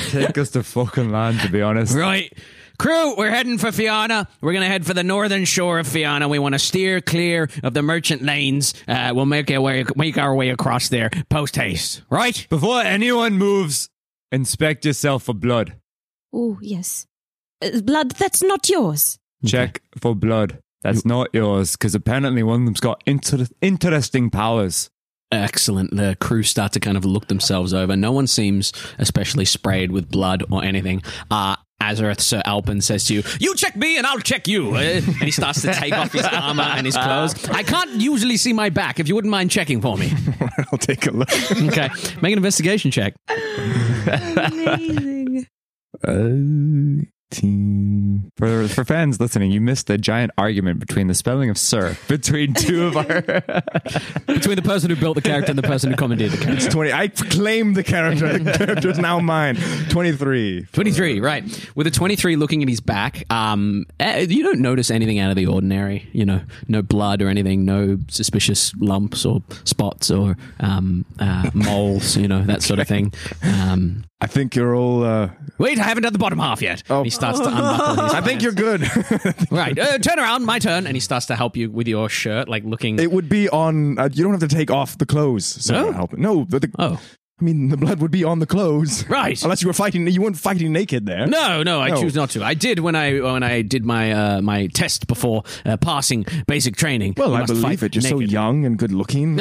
[SPEAKER 6] Take us to fucking land, to be honest.
[SPEAKER 2] Right. Crew, we're heading for Fiona. We're going to head for the northern shore of Fiona. We want to steer clear of the merchant lanes. Uh, we'll make our way, make our way across there post haste. Right?
[SPEAKER 6] Before anyone moves, inspect yourself for blood.
[SPEAKER 10] Oh yes, Uh, blood that's not yours.
[SPEAKER 6] Check for blood. That's not yours, because apparently one of them's got inter- interesting powers.
[SPEAKER 2] Excellent. The crew start to kind of look themselves over. No one seems especially sprayed with blood or anything. Uh, Azareth Sir Alpin says to you, You check me and I'll check you. Uh, and he starts to take off his armor and his clothes. I can't usually see my back. If you wouldn't mind checking for me.
[SPEAKER 12] I'll take a look.
[SPEAKER 2] Okay. Make an investigation check.
[SPEAKER 10] Amazing.
[SPEAKER 12] Uh, 18.
[SPEAKER 13] For, for fans listening, you missed the giant argument between the spelling of Sir between two of our.
[SPEAKER 2] between the person who built the character and the person who commandeered the character.
[SPEAKER 12] It's 20. I claim the character. The character is now mine. 23.
[SPEAKER 2] 23, right. With a 23 looking at his back, um, eh, you don't notice anything out of the ordinary. You know, no blood or anything, no suspicious lumps or spots or um, uh, moles, you know, that sort of thing. Um,
[SPEAKER 12] I think you're all. Uh...
[SPEAKER 2] Wait, I haven't done the bottom half yet. Oh. He starts to unbuckle his
[SPEAKER 12] I think you're good.
[SPEAKER 2] right. Uh, turn around, my turn. And he starts to help you with your shirt, like looking.
[SPEAKER 12] It would be on. Uh, you don't have to take off the clothes. So
[SPEAKER 2] No?
[SPEAKER 12] help. No. But the,
[SPEAKER 2] oh.
[SPEAKER 12] I mean, the blood would be on the clothes.
[SPEAKER 2] Right.
[SPEAKER 12] Unless you were fighting. You weren't fighting naked there.
[SPEAKER 2] No, no, I choose not to. I did when I when I did my uh, my test before uh, passing basic training.
[SPEAKER 12] Well,
[SPEAKER 2] You
[SPEAKER 12] I
[SPEAKER 2] must
[SPEAKER 12] believe
[SPEAKER 2] fight
[SPEAKER 12] it. You're so
[SPEAKER 2] naked.
[SPEAKER 12] young and good looking.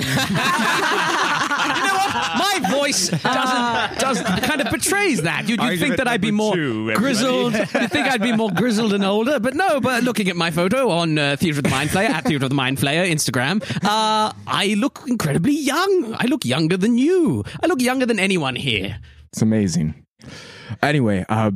[SPEAKER 2] My voice doesn't does kind of betrays that. You'd, you'd
[SPEAKER 13] Argument
[SPEAKER 2] think that I'd be
[SPEAKER 13] number
[SPEAKER 2] more
[SPEAKER 13] two, everybody.
[SPEAKER 2] grizzled. You'd think I'd be more grizzled and older, but no. But looking at my photo on uh, Theatre of the Mind Flayer at Theatre of the Mind Flayer Instagram, uh, I look incredibly young. I look younger than you. I look younger than anyone here.
[SPEAKER 12] It's amazing. Anyway, uh,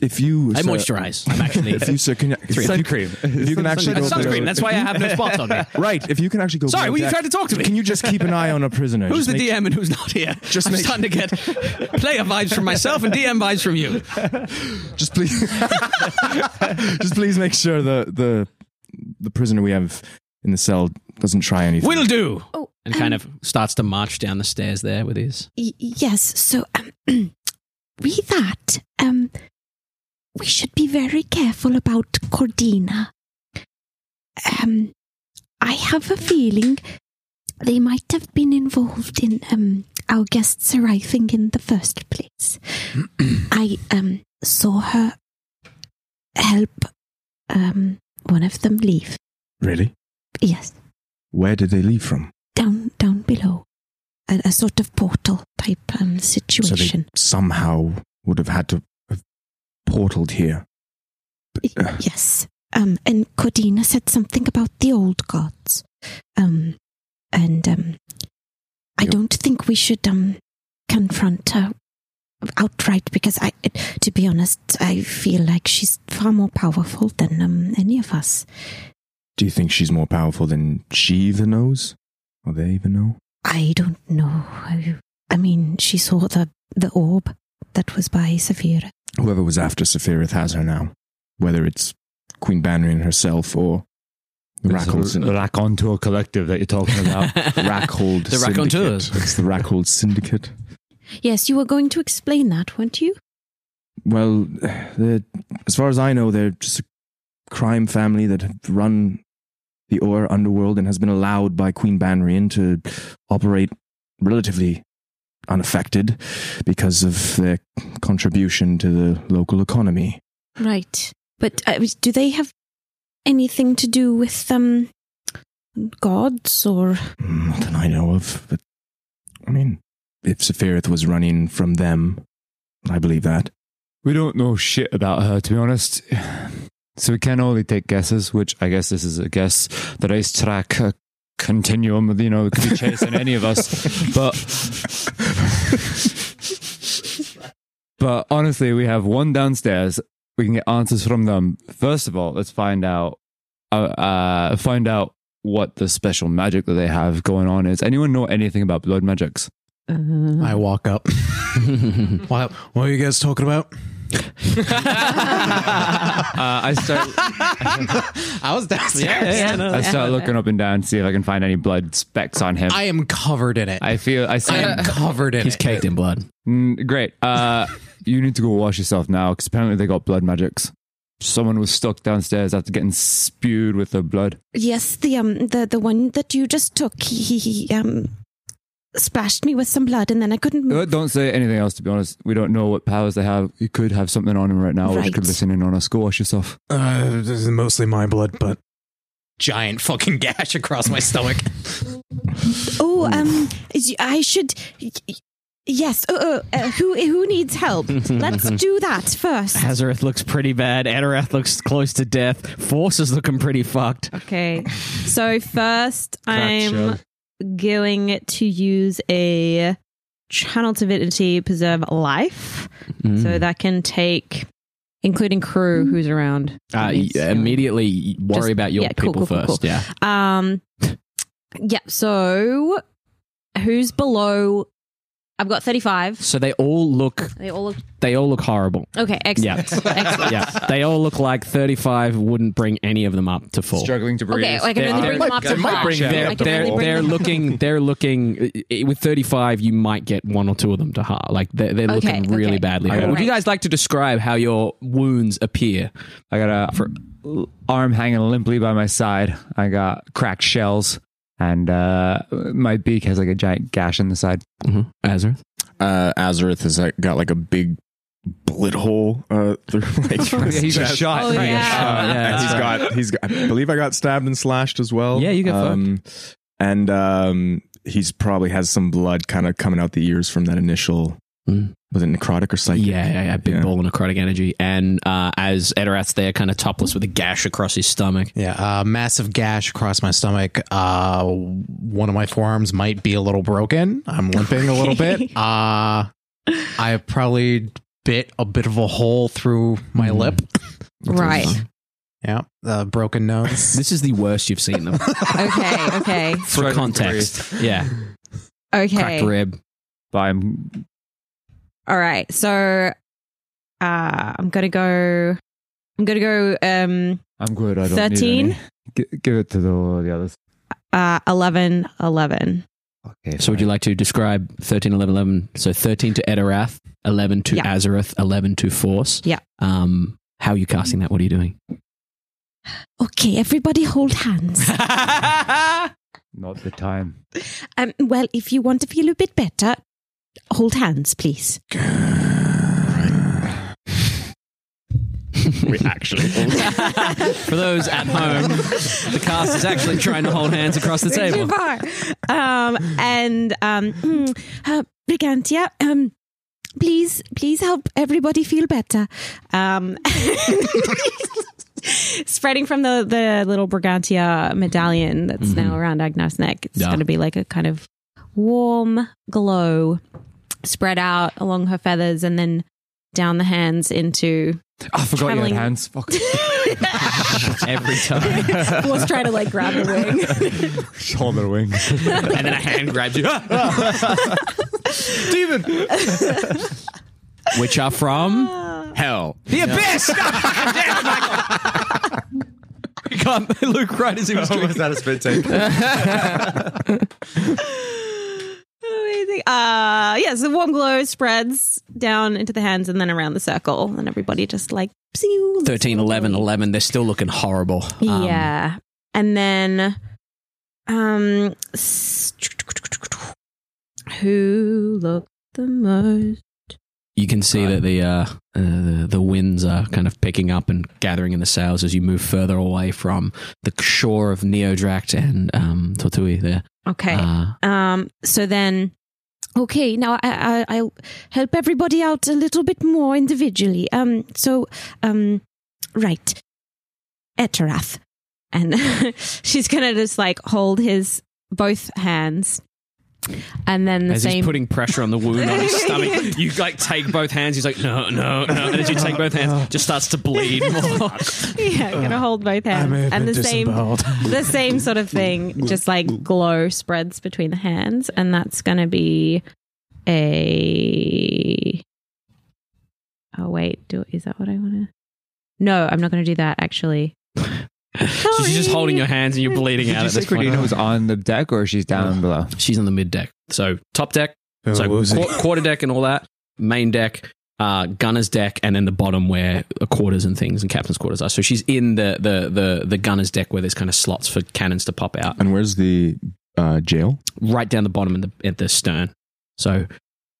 [SPEAKER 12] if you
[SPEAKER 2] I moisturize. I'm actually-
[SPEAKER 12] if you sir, can,
[SPEAKER 2] Three.
[SPEAKER 12] if you-
[SPEAKER 2] Suncream.
[SPEAKER 12] If you can actually go
[SPEAKER 2] That's suncream.
[SPEAKER 12] below-
[SPEAKER 2] That's why I have no spots on me.
[SPEAKER 12] Right. If you can actually go.
[SPEAKER 2] Sorry,
[SPEAKER 12] below
[SPEAKER 2] were you
[SPEAKER 12] deck-
[SPEAKER 2] trying to talk to me?
[SPEAKER 12] Can you just keep an eye on a prisoner?
[SPEAKER 2] Who's the
[SPEAKER 12] Just make-
[SPEAKER 2] DM and who's not here?
[SPEAKER 12] Just
[SPEAKER 2] I'm
[SPEAKER 12] make-
[SPEAKER 2] starting to get player vibes from myself and DM vibes from you.
[SPEAKER 12] Just please, just please make sure the the the prisoner we have in the cell doesn't try anything.
[SPEAKER 2] Will do.
[SPEAKER 15] Oh,
[SPEAKER 2] and kind of starts to march down the stairs there with his.
[SPEAKER 15] Y- yes, so um, with that, um, we should be very careful about Cordina. Um, I have a feeling they might have been involved in um, our guests arriving in the first place. I um, saw her help um, one of them leave.
[SPEAKER 12] Really?
[SPEAKER 15] Yes,
[SPEAKER 12] Where did they leave from?
[SPEAKER 15] down down below, a, a sort of portal type um,
[SPEAKER 12] So
[SPEAKER 15] situation.
[SPEAKER 12] they somehow would have had to have portaled here.
[SPEAKER 15] Yes. Um, and Cordina said something about the old gods. Um, and um, I don't think we should um, confront her outright because I, to be honest, I feel like she's far more powerful than um, any of us.
[SPEAKER 12] Do you think she's more powerful than she even knows, or they even know?
[SPEAKER 15] I don't know. I, I mean, she saw the the orb that was by Severe.
[SPEAKER 12] whoever was after Sephiroth has her now, whether it's Queen Bannerin herself or the Rackholds.
[SPEAKER 6] The raconteur collective that you're talking about.
[SPEAKER 12] Rackhold
[SPEAKER 6] The
[SPEAKER 12] Syndicate.
[SPEAKER 6] raconteurs.
[SPEAKER 12] It's the Rackhold Syndicate.
[SPEAKER 15] Yes, you were going to explain that, weren't you?
[SPEAKER 12] Well, they're- as far as I know, they're just a crime family that have run the Or underworld and has been allowed by Queen Banrian to operate relatively unaffected because of their contribution to the local economy.
[SPEAKER 15] Right. But uh, do they have anything to do with um gods or
[SPEAKER 12] Mm, Not that I know of, but I mean, if Sephiroth was running from them, I believe that.
[SPEAKER 6] We don't know shit about her, to be honest. So we can only take guesses, which I guess this is a guess. The racetrack uh, continuum, you know, could be chasing any of us. But But honestly, we have one downstairs. We can get answers from them. First of all, let's find out. Uh, uh, find out what the special magic that they have going on is. Anyone know anything about blood magics?
[SPEAKER 8] I walk up. what, what are you guys talking about?
[SPEAKER 6] Uh, I start.
[SPEAKER 8] I was downstairs.
[SPEAKER 6] I start looking up and down to see if I can find any blood specks on him.
[SPEAKER 8] I am covered in it.
[SPEAKER 6] I feel. I see.
[SPEAKER 8] I am covered in it.
[SPEAKER 2] caked in blood.
[SPEAKER 6] Mm, great. Uh, you need to go wash yourself now because apparently they got blood magics. Someone was stuck downstairs after getting spewed with their blood.
[SPEAKER 15] yes, the um the the one that you just took he he, he um splashed me with some blood and then I couldn't move.
[SPEAKER 6] Uh, Don't say anything else. To be honest, we don't know what powers they have. You could have something on him right now,
[SPEAKER 15] Right.
[SPEAKER 6] which could listen in on us. Go wash yourself.
[SPEAKER 8] Uh, this is mostly my blood, but giant fucking gash across my stomach.
[SPEAKER 15] Oh, um is- I should Yes. Oh, oh uh, who who needs help? Let's do that first.
[SPEAKER 2] Hazareth looks pretty bad. Adareth looks close to death. Force is looking pretty fucked.
[SPEAKER 10] Okay. So first,
[SPEAKER 2] Gotcha.
[SPEAKER 10] I'm going to use a channel divinity preserve life,
[SPEAKER 2] Mm.
[SPEAKER 10] so that can take including crew who's around.
[SPEAKER 2] Uh, yeah, immediately worry
[SPEAKER 10] Just-
[SPEAKER 2] about your
[SPEAKER 10] yeah, cool,
[SPEAKER 2] people
[SPEAKER 10] cool, cool,
[SPEAKER 2] first.
[SPEAKER 10] cool.
[SPEAKER 2] Yeah.
[SPEAKER 10] Um, yeah. So who's below? I've got thirty-five.
[SPEAKER 2] So they all look
[SPEAKER 10] They all look
[SPEAKER 2] they all look horrible.
[SPEAKER 10] okay. Excellent.
[SPEAKER 2] Yeah.
[SPEAKER 10] excellent.
[SPEAKER 2] yeah. They all look like 35 wouldn't bring any of them up to full. Struggling to
[SPEAKER 10] breathe. Okay, I can only bring them up to five. I can
[SPEAKER 2] They're,
[SPEAKER 10] only
[SPEAKER 2] they're,
[SPEAKER 10] bring
[SPEAKER 2] they're
[SPEAKER 10] them-
[SPEAKER 2] looking, they're looking, eh, with 35, you might get one or two of them to heart. Like, they're, they're
[SPEAKER 10] Okay,
[SPEAKER 2] looking really
[SPEAKER 10] okay.
[SPEAKER 2] badly.
[SPEAKER 10] I got
[SPEAKER 2] hurt. Would
[SPEAKER 10] it.
[SPEAKER 2] you guys like to describe how your wounds appear?
[SPEAKER 6] I got a l- arm hanging limply by my side. I got cracked shells, and uh, my beak has like a giant gash in the side.
[SPEAKER 2] Mm-hmm. Azareth,
[SPEAKER 12] uh, Azareth has like, got like a big bullet hole uh, through. Like,
[SPEAKER 6] Yeah, he's got
[SPEAKER 12] chest.
[SPEAKER 6] shot. Oh, He got yeah. shot. Yeah,
[SPEAKER 12] Uh, and
[SPEAKER 6] that's
[SPEAKER 12] he's
[SPEAKER 6] right.
[SPEAKER 12] got. He's got. I believe I got stabbed and slashed as well.
[SPEAKER 2] Yeah, you got fucked.
[SPEAKER 12] fucked. And um, he's probably has some blood kind of coming out the ears from that initial.
[SPEAKER 10] Hmm.
[SPEAKER 12] Was it necrotic or psychic?
[SPEAKER 2] Yeah, yeah, yeah. Big ball of necrotic energy. And uh, as Edorat's there, kind of topless with a gash across his stomach.
[SPEAKER 8] Yeah, uh, massive gash across my stomach. Uh, one of my forearms might be a little broken. I'm limping a little bit. Uh, I probably bit a bit of a hole through my lip.
[SPEAKER 10] Right.
[SPEAKER 8] Yeah, uh, broken nose.
[SPEAKER 2] This is the worst you've seen them.
[SPEAKER 10] Okay. Okay.
[SPEAKER 2] For context. Yeah.
[SPEAKER 10] Okay.
[SPEAKER 2] Cracked rib.
[SPEAKER 6] By
[SPEAKER 10] All right. So uh I'm gonna go I'm gonna go um
[SPEAKER 6] I'm good. I don't
[SPEAKER 10] 13?
[SPEAKER 6] need any. G- give it to the, the others.
[SPEAKER 10] uh 11 11.
[SPEAKER 2] so would you like to describe 13, 11, 11? So 13 to Edorath, 11 to
[SPEAKER 10] Yeah.
[SPEAKER 2] Azareth, 11 to Force.
[SPEAKER 10] Yeah.
[SPEAKER 2] Um, how are you casting that? What are you doing?
[SPEAKER 15] Okay, everybody hold hands.
[SPEAKER 6] Not the time.
[SPEAKER 15] um, well, if you want to feel a bit better, hold hands, please.
[SPEAKER 2] we actually. For those at home, the cast is actually trying to hold hands across the
[SPEAKER 15] We're
[SPEAKER 2] table.
[SPEAKER 15] Too far.
[SPEAKER 10] Um hmm,
[SPEAKER 15] and um, mm, uh, Brigantia, um, please, please help everybody feel better.
[SPEAKER 10] um spreading from the the little Brigantia medallion that's now around Agnes' neck. It's
[SPEAKER 15] Yeah.
[SPEAKER 10] gonna be like a kind of warm glow spread out along her feathers and then down the hands into
[SPEAKER 6] Ah, I forgot you had
[SPEAKER 10] traveling-
[SPEAKER 6] hands. Fuck.
[SPEAKER 2] Every time.
[SPEAKER 10] Let's try to like grab the wing.
[SPEAKER 6] Hold their wing.
[SPEAKER 2] and then a hand grabs you.
[SPEAKER 6] Demon!
[SPEAKER 2] Which are from
[SPEAKER 10] Ah.
[SPEAKER 2] hell. The abyss! We can't- Luke right as he was drinking.
[SPEAKER 4] was that a spit take?
[SPEAKER 10] Amazing. Uh, yeah, so the warm glow spreads down into the hands and then around the circle, and everybody just like, psew.
[SPEAKER 2] 13, 11, 11. They're still looking horrible. Um,
[SPEAKER 10] yeah. And then, um, s- who looked the most?
[SPEAKER 2] You can see that the, uh, uh, the the winds are kind of picking up and gathering in the sails as you move further away from the shore of Neodract and um, Tortui there.
[SPEAKER 15] Okay.
[SPEAKER 2] Uh,
[SPEAKER 15] Um, so then, okay, now I, I, I'll help everybody out a little bit more individually. Um, so, um, right, Eterath.
[SPEAKER 10] and she's gonna just like hold his both hands and then the
[SPEAKER 2] As
[SPEAKER 10] same
[SPEAKER 2] he's putting pressure on the wound on his stomach, you like take both hands. He's like, no, no, no. And as you take both hands, just starts to bleed more.
[SPEAKER 10] yeah gonna hold both hands
[SPEAKER 2] may have
[SPEAKER 10] and
[SPEAKER 2] been
[SPEAKER 10] the same
[SPEAKER 2] disemboweled.
[SPEAKER 10] the same sort of thing just like glow spreads between the hands and that's gonna be a oh wait do is that what i wanna no i'm not gonna do that actually
[SPEAKER 2] So she's just holding your hands and you're bleeding
[SPEAKER 6] Did
[SPEAKER 2] out
[SPEAKER 6] you
[SPEAKER 2] at
[SPEAKER 6] say
[SPEAKER 2] this point.
[SPEAKER 6] Cordina was on the deck or she's down below?
[SPEAKER 2] She's on the mid deck. So top deck,
[SPEAKER 6] Oh,
[SPEAKER 2] so
[SPEAKER 6] what was
[SPEAKER 2] qu-
[SPEAKER 6] it?
[SPEAKER 2] quarter deck and all that, main deck, uh, gunner's deck, and then the bottom where the quarters and things and captain's quarters are. So she's in the the the, the gunner's deck where there's kind of slots for cannons to pop out,
[SPEAKER 12] And where's the uh, jail?
[SPEAKER 2] right down the bottom in the at the stern. So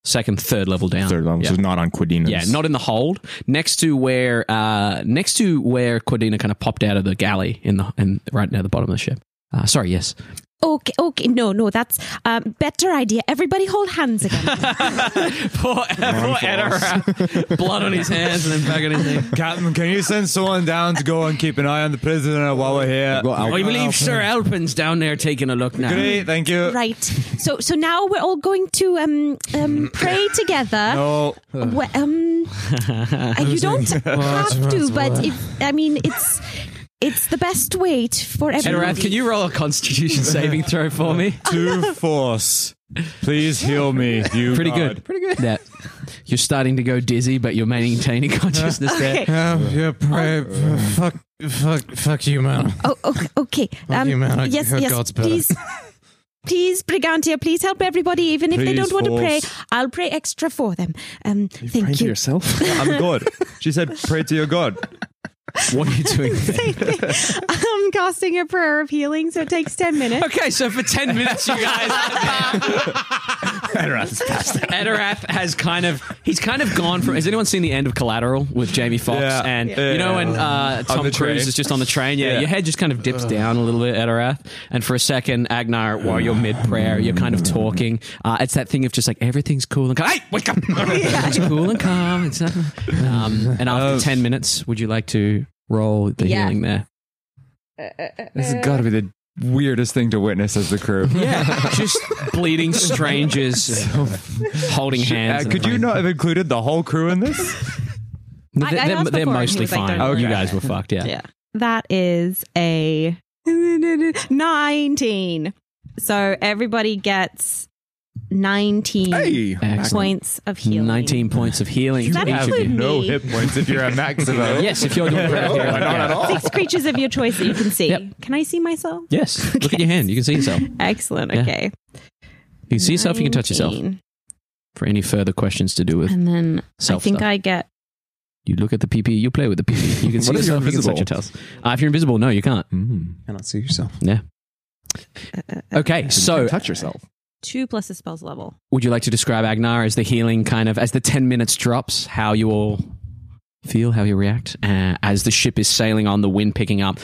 [SPEAKER 2] second, third level down.
[SPEAKER 12] Third level.
[SPEAKER 2] Yeah.
[SPEAKER 12] So not on Quidina's.
[SPEAKER 2] Yeah, not in the hold. Next to where uh, next to where Cordina kind of popped out of the galley in the in right near the bottom of the ship. Uh, sorry, yes.
[SPEAKER 15] Okay, okay, no, no, that's um, better idea. Everybody hold hands again.
[SPEAKER 2] poor poor Ed around. blood on his hands and then back on his knee.
[SPEAKER 6] Captain, can you send someone down to go and keep an eye on the prisoner while we're here?
[SPEAKER 2] we Oh, believe Sir Alpin's down there taking a look now.
[SPEAKER 6] Great, thank you.
[SPEAKER 15] right. So, so now we're all going to um, um, pray together.
[SPEAKER 6] No.
[SPEAKER 15] Well, um,
[SPEAKER 2] Uh,
[SPEAKER 15] you don't have to, but
[SPEAKER 2] Ed
[SPEAKER 15] if, I mean, it's it's the best way to, for everyone.
[SPEAKER 2] Rath, can you roll a Constitution saving throw for me?
[SPEAKER 6] To force. Please heal me. You
[SPEAKER 2] pretty
[SPEAKER 6] God.
[SPEAKER 2] good. Pretty good. That you're starting to go dizzy, but you're maintaining consciousness
[SPEAKER 15] Okay.
[SPEAKER 2] there.
[SPEAKER 15] Yeah,
[SPEAKER 8] yeah, fuck, fuck, fuck you, man.
[SPEAKER 15] Oh, okay. okay. Um,
[SPEAKER 8] Fuck you, man. I-
[SPEAKER 15] yes,
[SPEAKER 8] oh,
[SPEAKER 15] yes.
[SPEAKER 8] God's better.
[SPEAKER 15] please, please, Brigantia, please help everybody, even if they
[SPEAKER 6] Please,
[SPEAKER 15] don't want to pray.
[SPEAKER 6] folks.
[SPEAKER 15] I'll pray extra for them. Um, thank you.
[SPEAKER 12] yourself?
[SPEAKER 6] I'm God. She said, pray to your God.
[SPEAKER 2] What are you doing?
[SPEAKER 15] I'm casting a prayer of healing, so it takes ten minutes.
[SPEAKER 2] Okay, so for 10 minutes, you guys. Edirath has kind of he's kind of gone from. Has anyone seen the end of Collateral with Jamie Foxx?
[SPEAKER 6] Yeah.
[SPEAKER 2] and
[SPEAKER 6] Yeah.
[SPEAKER 2] you know when
[SPEAKER 6] On
[SPEAKER 2] uh, Tom
[SPEAKER 6] the
[SPEAKER 2] Cruise
[SPEAKER 6] train.
[SPEAKER 2] is just on the train, yeah,
[SPEAKER 6] Yeah.
[SPEAKER 2] your head just kind of dips down a little bit, Edirath. And for a second, Agnar, while you're mid prayer, you're kind of talking. Uh, it's that thing of just like everything's cool and calm. Hey, wake up! It's cool and calm. It's not, um, and
[SPEAKER 6] Oh.
[SPEAKER 2] after ten minutes, would you like to roll the
[SPEAKER 15] Yeah.
[SPEAKER 2] healing there?
[SPEAKER 6] This has got to be the weirdest thing to witness as the crew.
[SPEAKER 2] Yeah, just bleeding strangers holding hands.
[SPEAKER 6] Uh, could you not have included the whole crew in this?
[SPEAKER 2] They're,
[SPEAKER 15] I- I
[SPEAKER 2] they're- they're
[SPEAKER 15] asked before and he
[SPEAKER 2] mostly
[SPEAKER 15] was like,
[SPEAKER 2] fine.
[SPEAKER 15] "Don't
[SPEAKER 2] You
[SPEAKER 15] worry
[SPEAKER 2] guys
[SPEAKER 15] about
[SPEAKER 2] were fucked, yeah.
[SPEAKER 15] Yeah. That is a 19. So everybody gets 19
[SPEAKER 2] Hey. Excellent.
[SPEAKER 15] points of healing.
[SPEAKER 2] 19 points of healing
[SPEAKER 15] Does
[SPEAKER 2] to
[SPEAKER 15] that
[SPEAKER 2] each of
[SPEAKER 15] include
[SPEAKER 2] you.
[SPEAKER 15] me?
[SPEAKER 6] points if you're at max though.
[SPEAKER 2] Yes, if you're doing prayer.
[SPEAKER 6] No,
[SPEAKER 2] yeah.
[SPEAKER 6] not at all.
[SPEAKER 15] Six creatures of your choice that you can see. Can I see myself?
[SPEAKER 2] Yes, look at your hand. You can see yourself. You
[SPEAKER 15] Excellent.
[SPEAKER 2] Yeah.
[SPEAKER 15] Okay.
[SPEAKER 2] can see yourself, you can touch yourself.
[SPEAKER 15] 19.
[SPEAKER 2] For any further questions to do with
[SPEAKER 15] And then I
[SPEAKER 2] self
[SPEAKER 15] think
[SPEAKER 2] stuff.
[SPEAKER 15] I get.
[SPEAKER 2] You look at the PP, you play with the PP. You can see
[SPEAKER 12] What if you're
[SPEAKER 2] yourself, you can touch your
[SPEAKER 12] invisible?
[SPEAKER 2] tails. Uh, if you're invisible, no, you can't.
[SPEAKER 12] Cannot see yourself.
[SPEAKER 2] Yeah. Okay,
[SPEAKER 12] You
[SPEAKER 2] so
[SPEAKER 12] can't touch yourself.
[SPEAKER 15] uh, Two plus the spell's level.
[SPEAKER 2] would you like to describe Agnar as the healing kind of, as the 10 minutes drops, how you all feel, how you react, uh, as the ship is sailing on, the wind picking up,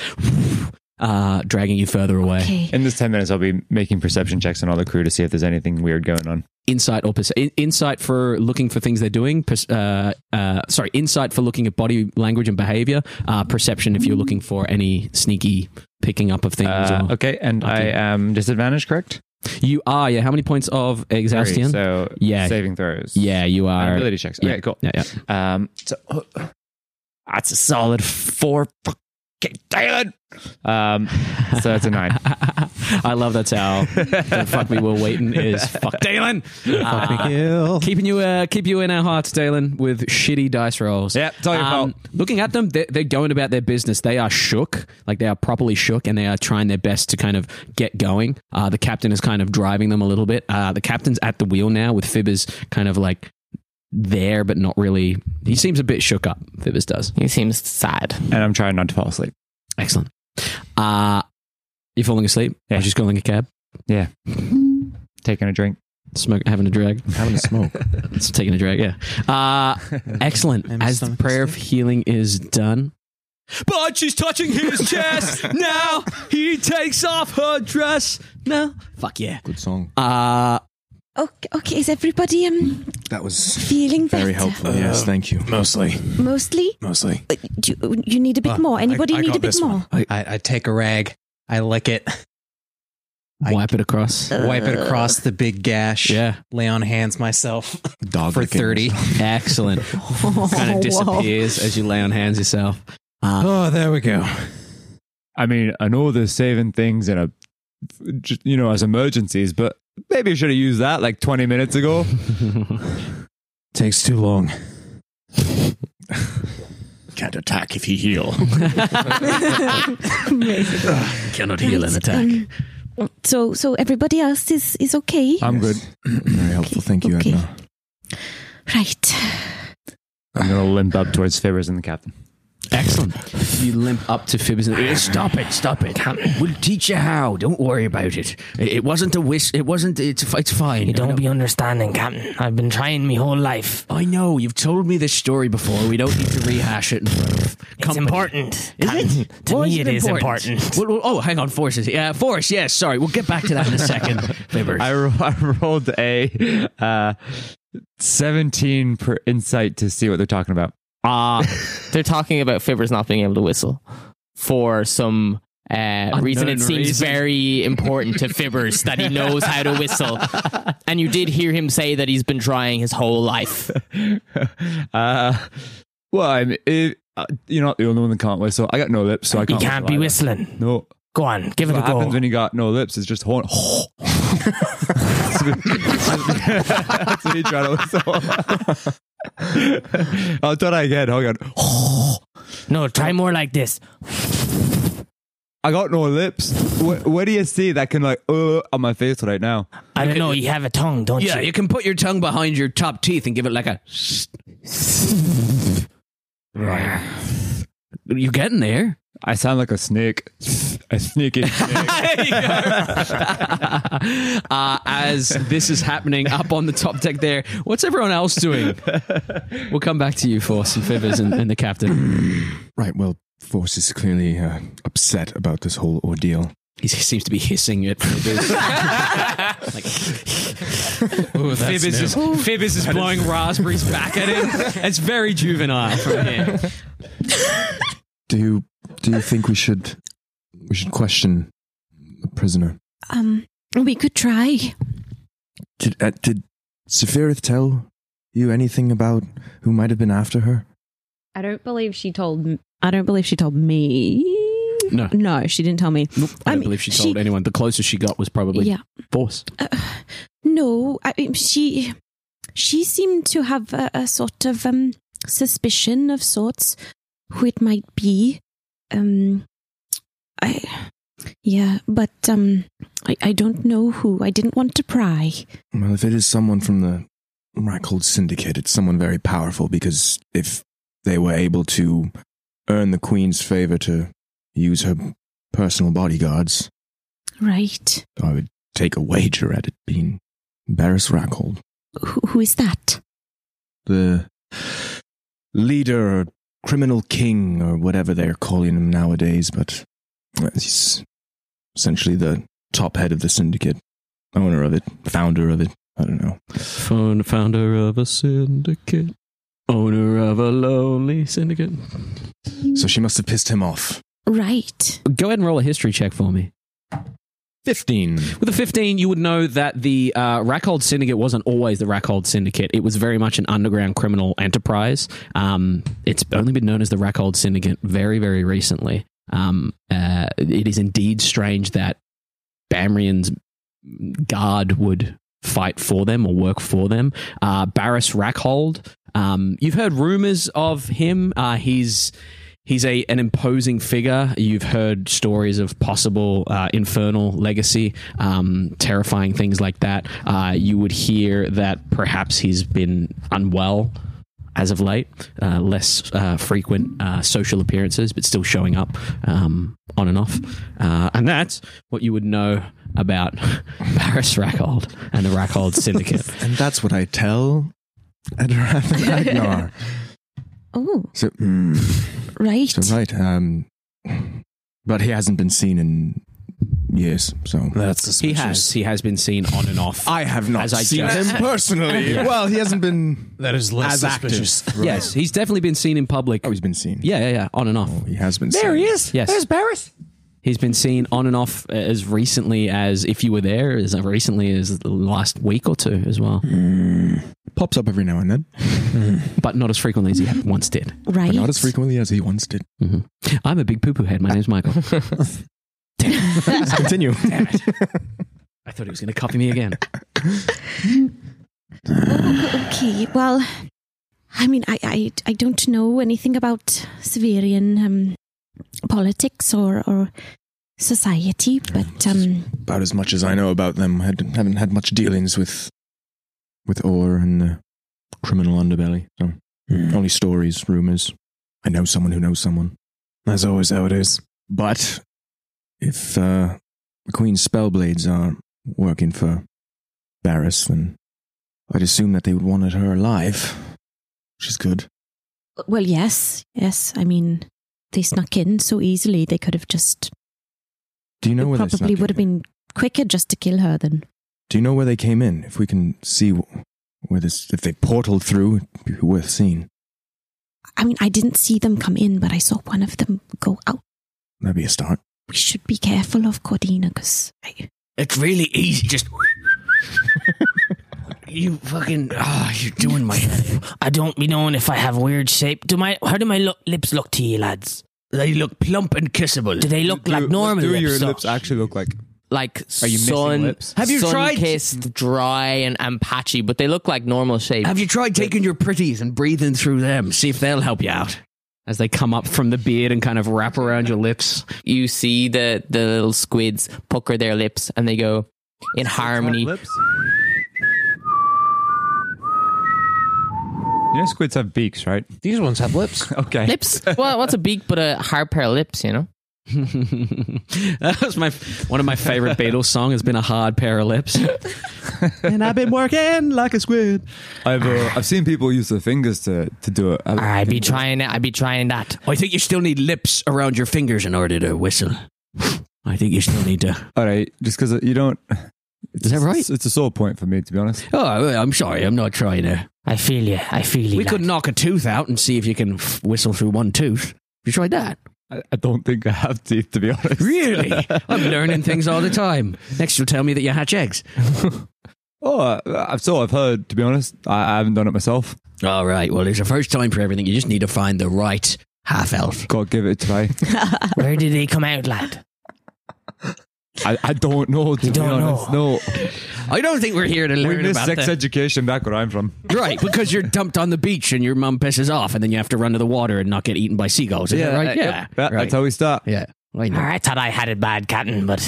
[SPEAKER 2] uh, dragging you further away?
[SPEAKER 15] Okay.
[SPEAKER 6] In this 10 minutes, I'll be making perception checks on all the crew to see if there's anything weird going on.
[SPEAKER 2] insight or perce- in- insight for looking for things they're doing. pers- uh, uh, sorry, insight for looking at body language and behavior. Uh, perception if you're looking for any sneaky picking up of things.
[SPEAKER 6] Uh,
[SPEAKER 2] or-
[SPEAKER 6] okay, and I
[SPEAKER 2] Okay.
[SPEAKER 6] am disadvantaged, correct?
[SPEAKER 2] You are yeah. How many points of
[SPEAKER 6] Three,
[SPEAKER 2] exhaustion?
[SPEAKER 6] so
[SPEAKER 2] Yeah.
[SPEAKER 6] saving throws.
[SPEAKER 2] yeah, you
[SPEAKER 6] And
[SPEAKER 2] are.
[SPEAKER 6] ability checks. Okay,
[SPEAKER 2] Yeah.
[SPEAKER 6] cool.
[SPEAKER 2] Yeah, yeah.
[SPEAKER 6] Um, so that's a solid four. Fucking damn it. Um, so that's a nine.
[SPEAKER 2] I love that's how. the fuck me, we're waiting is fuck Dalen. Uh, keeping you, uh, keep you in our hearts, Dalen, with shitty dice rolls. Um,
[SPEAKER 6] Yeah, it's all your fault.
[SPEAKER 2] Looking at them, they're, they're going about their business. They are shook, like they are properly shook, and they are trying their best to kind of get going. Uh, the captain is kind of driving them a little bit. Uh, the captain's at the wheel now, with Fibbers kind of like there, but not really. He seems a bit shook up. Fibbers does.
[SPEAKER 5] He seems sad.
[SPEAKER 6] And I'm trying not to fall asleep.
[SPEAKER 2] Excellent. Uh, you falling asleep?
[SPEAKER 6] Yeah.
[SPEAKER 2] I was just calling a cab,
[SPEAKER 6] Taking a drink.
[SPEAKER 2] smoke, having a drag.
[SPEAKER 12] Having a smoke.
[SPEAKER 2] It's taking a drag, yeah. Uh, excellent.
[SPEAKER 8] And my
[SPEAKER 2] As the
[SPEAKER 8] stomach
[SPEAKER 2] prayer of healing is done. But she's touching his chest now. He takes off her dress now. Fuck yeah.
[SPEAKER 12] Good song.
[SPEAKER 2] Uh,
[SPEAKER 15] Okay, okay, is everybody um
[SPEAKER 12] That was
[SPEAKER 15] feeling
[SPEAKER 12] very
[SPEAKER 15] better?
[SPEAKER 12] helpful. yes, thank you.
[SPEAKER 8] Uh, Mostly, Ah,
[SPEAKER 15] Mostly,
[SPEAKER 12] Mostly.
[SPEAKER 15] Uh, do you, you need a bit more. Anybody need a bit more?
[SPEAKER 8] Uh, I, I take a rag, I lick it, I-
[SPEAKER 2] wipe it across.
[SPEAKER 8] wipe it across the big gash.
[SPEAKER 2] Yeah.
[SPEAKER 8] lay on hands myself
[SPEAKER 12] Dog
[SPEAKER 8] for
[SPEAKER 12] licking
[SPEAKER 8] thirty.
[SPEAKER 12] yourself.
[SPEAKER 2] Excellent. kind
[SPEAKER 15] whoa.
[SPEAKER 2] of disappears as you lay on hands yourself. Uh,
[SPEAKER 8] Oh, there we go.
[SPEAKER 6] I mean, I know they're saving things in a, just, you know, as emergencies, but maybe I should have used that like 20 minutes ago.
[SPEAKER 8] Takes too long.
[SPEAKER 12] Can't attack if he heal.
[SPEAKER 2] Cannot heal an attack.
[SPEAKER 15] Um, so, so everybody else is is okay,
[SPEAKER 6] I'm good.
[SPEAKER 12] Yes. very helpful. Thank you,
[SPEAKER 15] Okay.
[SPEAKER 12] Edna.
[SPEAKER 15] right?
[SPEAKER 6] I'm going to limp up towards Fibbers and the captain.
[SPEAKER 2] Excellent. You limp up to Fibs and
[SPEAKER 16] Eh, Stop it! Stop it! We'll teach you how. Don't worry about it. It it wasn't a wish. It wasn't. It's it's fine.
[SPEAKER 14] You don't be understanding, Captain. I've been trying me whole life.
[SPEAKER 16] I know you've told me this story before. We don't need to rehash it. In front of
[SPEAKER 14] It's important.
[SPEAKER 16] Is it?
[SPEAKER 14] To
[SPEAKER 16] Why
[SPEAKER 14] me, it is
[SPEAKER 16] Well, well, oh, hang on, Forrest. is- Yeah, Forrest. Yes, sorry. We'll get back to that in a second. Fibbers.
[SPEAKER 13] I, ro- I rolled a uh, 17 per insight to see what they're talking about.
[SPEAKER 5] Ah, they're talking about Fibbers not being able to whistle for some uh, reason. It
[SPEAKER 14] Unknown
[SPEAKER 5] seems
[SPEAKER 14] reason.
[SPEAKER 5] very important to Fibbers that he knows how to whistle, and you did hear him say that he's been trying his whole life.
[SPEAKER 13] Uh, well, I'm, it, uh, you're not the only one that can't whistle. I got no lips, so I can't.
[SPEAKER 14] can't be
[SPEAKER 13] whistle either.
[SPEAKER 14] whistling.
[SPEAKER 13] No.
[SPEAKER 14] Go on, give it
[SPEAKER 13] what
[SPEAKER 14] a go.
[SPEAKER 13] happens when you got no lips? It's just horn. That's me trying to whistle. I'll try that again. Hold on.
[SPEAKER 14] No, try more like this.
[SPEAKER 13] I got no lips. What, what do you see that can like uh, on my face right now?
[SPEAKER 14] I don't know. You have a tongue, don't
[SPEAKER 16] yeah,
[SPEAKER 14] you?
[SPEAKER 16] you can put your tongue behind your top teeth and give it like a.
[SPEAKER 13] Right.
[SPEAKER 16] You getting there?
[SPEAKER 13] I sound like a snake. A sneaky snake.
[SPEAKER 2] uh, as this is happening up on the top deck there. What's everyone else doing? We'll come back to you for some fivers and, and the captain.
[SPEAKER 12] Right, well, Force is clearly uh, upset about this whole ordeal.
[SPEAKER 16] He seems to be hissing at Fibbers.
[SPEAKER 2] Ooh,
[SPEAKER 16] that's
[SPEAKER 2] Fibbers, is,
[SPEAKER 16] new.
[SPEAKER 2] Fibbers is blowing raspberries back at him. It's very juvenile from here.
[SPEAKER 12] Do you do you think we should we should question the prisoner?
[SPEAKER 15] Um, we could try.
[SPEAKER 12] Did uh, did Sephiroth tell you anything about who might have been after her?
[SPEAKER 10] I don't believe she told. I don't believe she told me.
[SPEAKER 16] No.
[SPEAKER 10] No, she didn't tell me.
[SPEAKER 15] Um,
[SPEAKER 16] I don't believe she told anyone. The closest she got was probably
[SPEAKER 10] Yeah.
[SPEAKER 16] Force.
[SPEAKER 15] No, I, mean, she she seemed to have a, a sort of um suspicion of sorts who it might be. Um, I yeah, but um, I, I don't know who. I didn't want to pry.
[SPEAKER 12] Well, if it is someone from the Rackhold Syndicate, it's someone very powerful because if they were able to earn the Queen's favor to use her personal bodyguards,
[SPEAKER 15] Right?
[SPEAKER 12] I would take a wager at it being Barris Rackhold.
[SPEAKER 15] Who, who is that?
[SPEAKER 12] the leader or criminal king or whatever they're calling him nowadays, but he's essentially the top head of the syndicate, owner of it, founder of it. I don't know.
[SPEAKER 2] Phone founder of a syndicate, owner of a lonely syndicate.
[SPEAKER 12] So she must have pissed him off.
[SPEAKER 15] Right.
[SPEAKER 2] Go ahead and roll a history check for me.
[SPEAKER 12] 15.
[SPEAKER 2] With a 15, you would know that the uh, Rackhold Syndicate wasn't always the Rackhold Syndicate. It was very much an underground criminal enterprise. Um, it's only been known as the Rackhold Syndicate very, very recently. Um, uh, it is indeed strange that Bamrian's guard would fight for them or work for them. Uh, Barris Rackhold. Um, you've heard rumors of him. Uh, he's he's a an imposing figure. You've heard stories of possible uh, infernal legacy, um, terrifying things like that. Uh, you would hear that perhaps he's been unwell as of late, uh, less uh, frequent uh, social appearances, but still showing up um, on and off. Uh, and that's what you would know about Paris Rackhold and the Rackhold Syndicate.
[SPEAKER 12] And that's what I tell Adarath
[SPEAKER 15] Oh,
[SPEAKER 12] So, mm,
[SPEAKER 15] right.
[SPEAKER 12] So, right. Um, but he hasn't been seen in years, so. That's
[SPEAKER 2] he has he has been seen on and off.
[SPEAKER 12] I have not
[SPEAKER 2] as I
[SPEAKER 12] seen
[SPEAKER 2] just-
[SPEAKER 12] him personally. Well, he hasn't been
[SPEAKER 8] that is
[SPEAKER 2] as active. Yes, he's definitely been seen in public. Oh,
[SPEAKER 12] he's been seen.
[SPEAKER 2] Yeah, Oh, yeah, yeah, on and off.
[SPEAKER 12] he has been.
[SPEAKER 2] There he is. Yes,
[SPEAKER 8] There's Barris.
[SPEAKER 2] He's been seen on and off uh, as recently as if you were there, as recently as the last week or two as well.
[SPEAKER 12] Pops up every now and then,
[SPEAKER 2] but not as frequently as he once did.
[SPEAKER 12] Right. not as frequently as he once did.
[SPEAKER 2] I'm a big poo poo head. My name's Michael.
[SPEAKER 12] Continue.
[SPEAKER 2] I thought he was going to copy me again.
[SPEAKER 15] Okay, well, I mean, I, I, I don't know anything about Severian um, politics or, or society, but um,
[SPEAKER 12] About as much as I know about them. I had- haven't had much dealings with Hmm. with Orr and the criminal underbelly. So only stories, rumors. I know someone who knows someone. That's always how it is. But if uh, the Queen's spellblades are working for Barris, then I'd assume that they would wanted her alive, which is good.
[SPEAKER 15] Well, yes, yes. I mean, they snuck in so easily. They could have just
[SPEAKER 12] Do you know
[SPEAKER 15] it
[SPEAKER 12] where they
[SPEAKER 15] probably
[SPEAKER 12] snuck
[SPEAKER 15] would have been quicker just to kill her than
[SPEAKER 12] Do you know where they came in? If we can see wh- where this, if they portaled through, it'd be worth seeing.
[SPEAKER 15] I mean, I didn't see them come in, but I saw one of them go out.
[SPEAKER 12] That'd be a start.
[SPEAKER 15] We should be careful of Cordina because
[SPEAKER 2] It's really easy. Just you fucking. Ah, you're doing my.
[SPEAKER 10] I don't be knowing if I have weird shape. Do my how do my lo- lips look to you, lads?
[SPEAKER 2] They look plump and kissable.
[SPEAKER 10] Do they look like normal
[SPEAKER 6] Do
[SPEAKER 10] lips?
[SPEAKER 6] your
[SPEAKER 10] though?
[SPEAKER 6] lips actually look like?
[SPEAKER 5] Like
[SPEAKER 6] Are you missing
[SPEAKER 5] sun,
[SPEAKER 6] lips?
[SPEAKER 5] Have you tried
[SPEAKER 6] tried-
[SPEAKER 5] kissed, dry and, and patchy, but they look like normal shape.
[SPEAKER 2] Have you tried taking your pretties and breathing through them? See if they'll help you out.
[SPEAKER 17] As they come up from the beard and kind of wrap around your lips.
[SPEAKER 5] You see the the little squids pucker their lips and they go in harmony.
[SPEAKER 6] You know, squids have beaks, right?
[SPEAKER 8] These ones have lips.
[SPEAKER 6] okay.
[SPEAKER 5] Lips. Well, what's a beak but a hard pair of lips? You know.
[SPEAKER 17] that was my one of my favorite Beatles song has been a hard pair of lips.
[SPEAKER 8] and I've been working like a squid.
[SPEAKER 6] I've uh, I've seen people use their fingers to to do it. I'd
[SPEAKER 5] be trying it. I'd be trying that.
[SPEAKER 2] Oh, I think you still need lips around your fingers in order to whistle. I think you still need to.
[SPEAKER 6] All right, just because you don't. Is
[SPEAKER 2] that right?
[SPEAKER 6] It's a sore point for me, to be honest.
[SPEAKER 2] Oh, well, I'm sorry. I'm not trying to.
[SPEAKER 10] I feel you. I feel you.
[SPEAKER 2] We could knock a tooth out and see if you can f- whistle through one tooth. You tried that?
[SPEAKER 6] I, I don't think I have teeth, to be honest.
[SPEAKER 2] Really? I'm learning things all the time. Next, you'll tell me that you hatch eggs.
[SPEAKER 6] Oh, I- I've so I've heard. To be honest, I, I haven't done it myself.
[SPEAKER 2] All right. Well, there's a first time for everything. You just need to find the right half elf.
[SPEAKER 6] God, give it a try.
[SPEAKER 10] Where did they come out, lad?
[SPEAKER 6] I, I don't know. To be
[SPEAKER 10] don't
[SPEAKER 6] honest, no.
[SPEAKER 2] I don't think we're here to
[SPEAKER 6] We
[SPEAKER 2] learn
[SPEAKER 6] miss
[SPEAKER 2] about
[SPEAKER 6] sex
[SPEAKER 2] that.
[SPEAKER 6] education back where I'm from.
[SPEAKER 2] right, because you're dumped on the beach and your mum pisses off, and then you have to run to the water and not get eaten by seagulls. Is that right?
[SPEAKER 6] uh,
[SPEAKER 2] yeah.
[SPEAKER 6] that-
[SPEAKER 2] right.
[SPEAKER 6] That's how we start.
[SPEAKER 2] Yeah. I know.
[SPEAKER 10] I thought I had it bad, Captain, but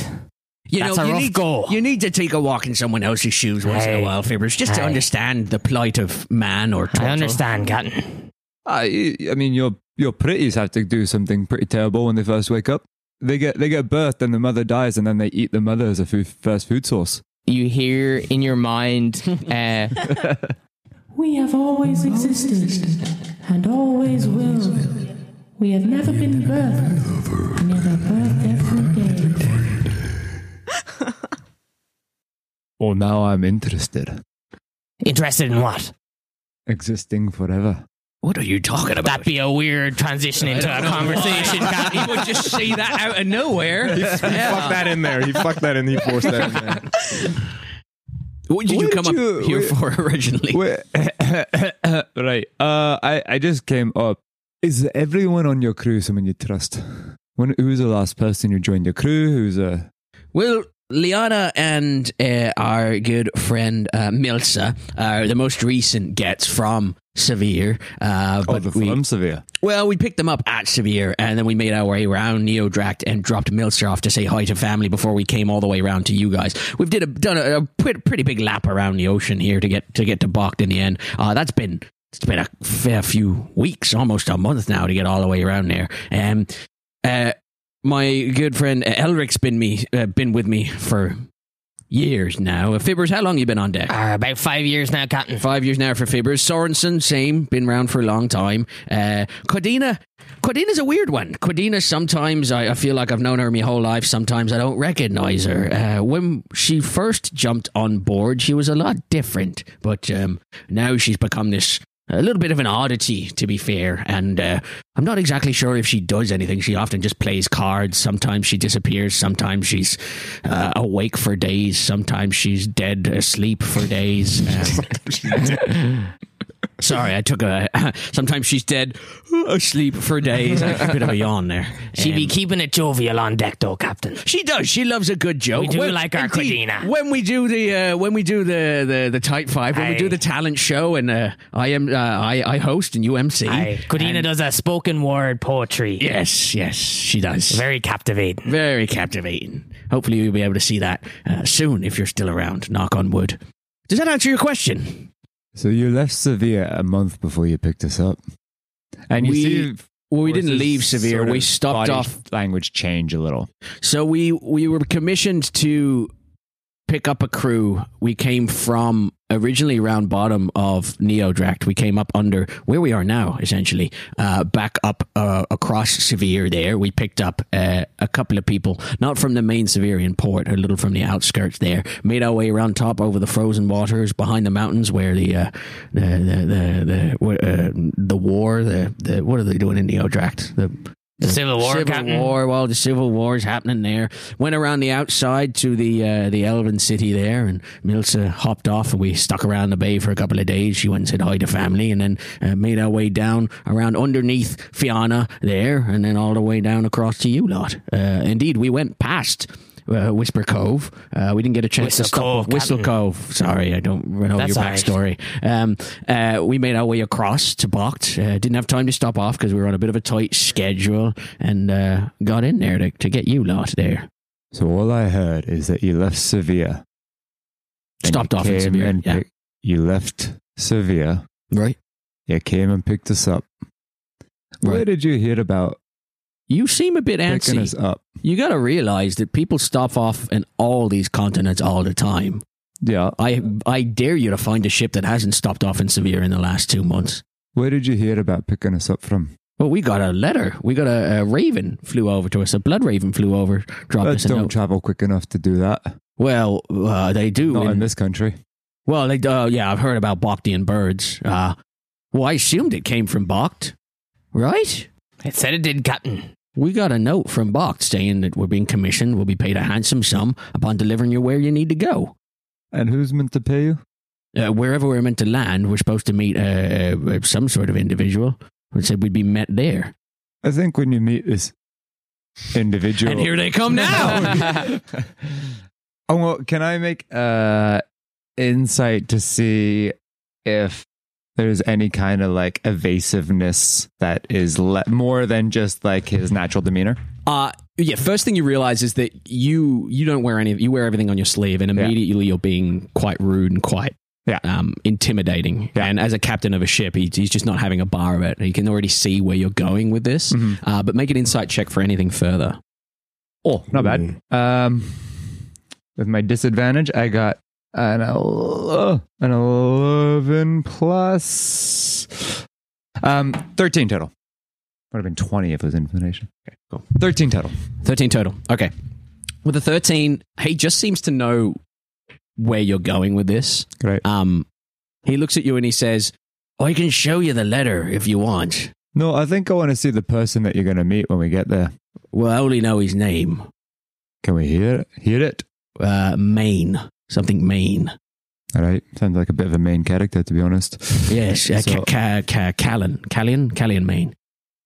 [SPEAKER 2] You
[SPEAKER 10] that's
[SPEAKER 2] know,
[SPEAKER 10] a
[SPEAKER 2] you
[SPEAKER 10] rough
[SPEAKER 2] need,
[SPEAKER 10] go.
[SPEAKER 2] You need to take a walk in someone else's shoes once in
[SPEAKER 10] Aye.
[SPEAKER 2] a while, Fibbers, just to
[SPEAKER 10] Aye.
[SPEAKER 2] understand the plight of man or turtle.
[SPEAKER 10] I understand, Captain.
[SPEAKER 6] I, Ah, I mean, your your pretties have to do something pretty terrible when they first wake up. They get they get birthed and the mother dies, and then they eat the mother as a food, first food source.
[SPEAKER 5] You hear in your mind. Uh,
[SPEAKER 18] We have always existed and always will. We have never been birthed, and yet are birthed every day.
[SPEAKER 2] Oh,
[SPEAKER 6] Well, now I'm interested.
[SPEAKER 10] Interested in what?
[SPEAKER 6] Existing forever.
[SPEAKER 2] What are you talking about?
[SPEAKER 10] That'd be a weird transition into a conversation, Captain.
[SPEAKER 17] He would just say that out of nowhere.
[SPEAKER 19] He, he fucked that in there. He fucked that in. He forced that in there.
[SPEAKER 17] What did you
[SPEAKER 6] Where
[SPEAKER 17] come
[SPEAKER 6] did
[SPEAKER 17] up
[SPEAKER 6] you-
[SPEAKER 17] here
[SPEAKER 6] where-
[SPEAKER 17] for originally?
[SPEAKER 6] Wait, right. Uh, I I just came up. Is everyone on your crew someone you trust? When who's the last person who joined your crew? Who's a
[SPEAKER 2] Well, Liana and uh, our good friend uh, Milsa are the most recent gets from Severe. Uh,
[SPEAKER 6] oh
[SPEAKER 2] but
[SPEAKER 6] the
[SPEAKER 2] we,
[SPEAKER 6] from Severe?
[SPEAKER 2] Well, we picked them up at Severe, and then we made our way around Neodract and dropped Milster off to say hi to family before we came all the way around to you guys. We've did a, done a, a pretty, pretty big lap around the ocean here to get to get to Bocht in the end. Uh, that's been it's been a fair few weeks, almost a month now, to get all the way around there. Um, uh, my good friend uh, Elric's been me uh, been with me for years now. Uh, Fibbers, how long you been on deck?
[SPEAKER 10] Uh, about five years now, Captain.
[SPEAKER 2] Five years now for Fibbers. Sorensen, same, been around for a long time. Uh, Codina, Codina's a weird one. Codina, sometimes I, I feel like I've known her my whole life. Sometimes I don't recognize her. Uh, when she first jumped on board, she was a lot different, but um, now she's become this. A little bit of an oddity, to be fair, and uh, I'm not exactly sure if she does anything. She often just plays cards. Sometimes she disappears. Sometimes she's uh, awake for days. Sometimes she's dead asleep for days. Um, Sorry, I took a. Sometimes she's dead, asleep for days. A bit of a yawn there.
[SPEAKER 10] She be
[SPEAKER 2] Um,
[SPEAKER 10] keeping it jovial on deck, though, Captain.
[SPEAKER 2] she does. She loves a good joke.
[SPEAKER 10] We do
[SPEAKER 2] When-
[SPEAKER 10] like our
[SPEAKER 2] indeed,
[SPEAKER 10] Credina.
[SPEAKER 2] When we do the uh, when we do the the, the type five, when we
[SPEAKER 10] Aye.
[SPEAKER 2] do the talent show, and uh, I am uh, I I host and you MC.
[SPEAKER 10] Aye. Codina
[SPEAKER 2] And-
[SPEAKER 10] does a spoken word poetry.
[SPEAKER 2] Yes, yes, she does.
[SPEAKER 10] Very captivating.
[SPEAKER 2] Very captivating. Hopefully, you'll be able to see that uh, soon if you're still around. Knock on wood. Does that answer your question?
[SPEAKER 6] So you left Severe a month before you picked us up, and you
[SPEAKER 2] We-
[SPEAKER 6] see
[SPEAKER 2] Well, we
[SPEAKER 6] Or is
[SPEAKER 2] didn't
[SPEAKER 6] his
[SPEAKER 2] leave Severe.
[SPEAKER 6] sort
[SPEAKER 2] we
[SPEAKER 6] of
[SPEAKER 2] stopped
[SPEAKER 6] body
[SPEAKER 2] off.
[SPEAKER 6] Language change a little.
[SPEAKER 2] So we we were commissioned to pick up a crew. We came from originally round bottom of Neodract. We came up under where we are now, essentially, uh, back up uh, across Severe. There, we picked up uh, a couple of people, not from the main Severian port, a little from the outskirts there. Made our way around top over the frozen waters behind the mountains where the uh, the the the the, what, uh, the war the, the what are they doing in Neodract? The
[SPEAKER 5] The Civil War,
[SPEAKER 2] Civil
[SPEAKER 5] Captain?
[SPEAKER 2] War. Well, the Civil War is happening there. Went around the outside to the uh, the Elven city there, and Milsa hopped off, and we stuck around the bay for a couple of days. She went and said hi to family, and then uh, made our way down around underneath Fianna there, and then all the way down across to you lot. Uh, indeed, we went past. Uh, Whisper Cove. Uh, we didn't get a chance
[SPEAKER 5] Whistle
[SPEAKER 2] to stop.
[SPEAKER 5] Cove,
[SPEAKER 2] Whistle
[SPEAKER 5] Captain.
[SPEAKER 2] Cove. Sorry, I don't run over
[SPEAKER 5] That's
[SPEAKER 2] your
[SPEAKER 5] all right.
[SPEAKER 2] backstory story. Um, uh, we made our way across to Bocht. Uh, didn't have time to stop off because we were on a bit of a tight schedule and uh, got in there to, to get you lot there.
[SPEAKER 6] So all I heard is that you left Sevilla. Then
[SPEAKER 2] Stopped
[SPEAKER 6] you
[SPEAKER 2] off in
[SPEAKER 6] came
[SPEAKER 2] Sevilla,
[SPEAKER 6] and
[SPEAKER 2] yeah.
[SPEAKER 6] pick- you left Sevilla.
[SPEAKER 2] Right.
[SPEAKER 6] You came and picked us up. Where did you hear about?
[SPEAKER 2] You seem a bit antsy.
[SPEAKER 6] Picking us up.
[SPEAKER 2] You got to realize that people stop off in all these continents all the time.
[SPEAKER 6] Yeah.
[SPEAKER 2] I I dare you to find a ship that hasn't stopped off in Severe in the last two months.
[SPEAKER 6] Where did you hear about picking us up from?
[SPEAKER 2] Well, we got a letter. We got a, a raven flew over to us. A blood raven flew over, dropped
[SPEAKER 6] Birds
[SPEAKER 2] us a
[SPEAKER 6] Uh, don't
[SPEAKER 2] note.
[SPEAKER 6] travel quick enough to do that.
[SPEAKER 2] Well, uh, they do.
[SPEAKER 6] Not in,
[SPEAKER 2] in-
[SPEAKER 6] this country.
[SPEAKER 2] Well, they, uh, yeah, I've heard about Boktian birds. Uh, well, I assumed it came from Bokt, right?
[SPEAKER 5] It said it did, Captain.
[SPEAKER 2] We got a note from Bokt saying that we're being commissioned, we'll be paid a handsome sum upon delivering you where you need to go.
[SPEAKER 6] And who's meant to pay you?
[SPEAKER 2] Uh, wherever we're meant to land, we're supposed to meet uh, uh, some sort of individual. We said we'd be met there.
[SPEAKER 6] I think when you meet this individual,
[SPEAKER 2] And here they come now.
[SPEAKER 6] Oh well, can I make uh insight to see if there's any kind of like evasiveness that is le- more than just like his natural demeanor?
[SPEAKER 20] Uh yeah, first thing you realize is that you you don't wear any you wear everything on your sleeve and immediately you're being quite rude and quite
[SPEAKER 6] yeah.
[SPEAKER 20] um, intimidating. And as a captain of a ship, he, he's just not having a bar of it. He can already see where you're going with this.
[SPEAKER 2] Mm-hmm.
[SPEAKER 20] Uh, but make an insight check for anything further.
[SPEAKER 6] Oh, not bad. Um, with my disadvantage, I got an el- an eleven plus um thirteen total. Would have been twenty if it was information. Okay, cool. Thirteen total.
[SPEAKER 20] 13 total. Okay. With the 13, he just seems to know where you're going with this.
[SPEAKER 6] Great.
[SPEAKER 20] Um, he looks at you and he says, I can show you the letter if you want.
[SPEAKER 6] No, I think I want to see the person that you're going to meet when we get there.
[SPEAKER 2] Well, I only know his name.
[SPEAKER 6] Can we hear it? Hear it?
[SPEAKER 2] Uh, Maine. Something Maine.
[SPEAKER 6] All right. Sounds like a bit of a main character, to be honest.
[SPEAKER 2] Yes, uh,
[SPEAKER 6] So-
[SPEAKER 2] ca- ca- ca- Callan. Callian? Callian Maine.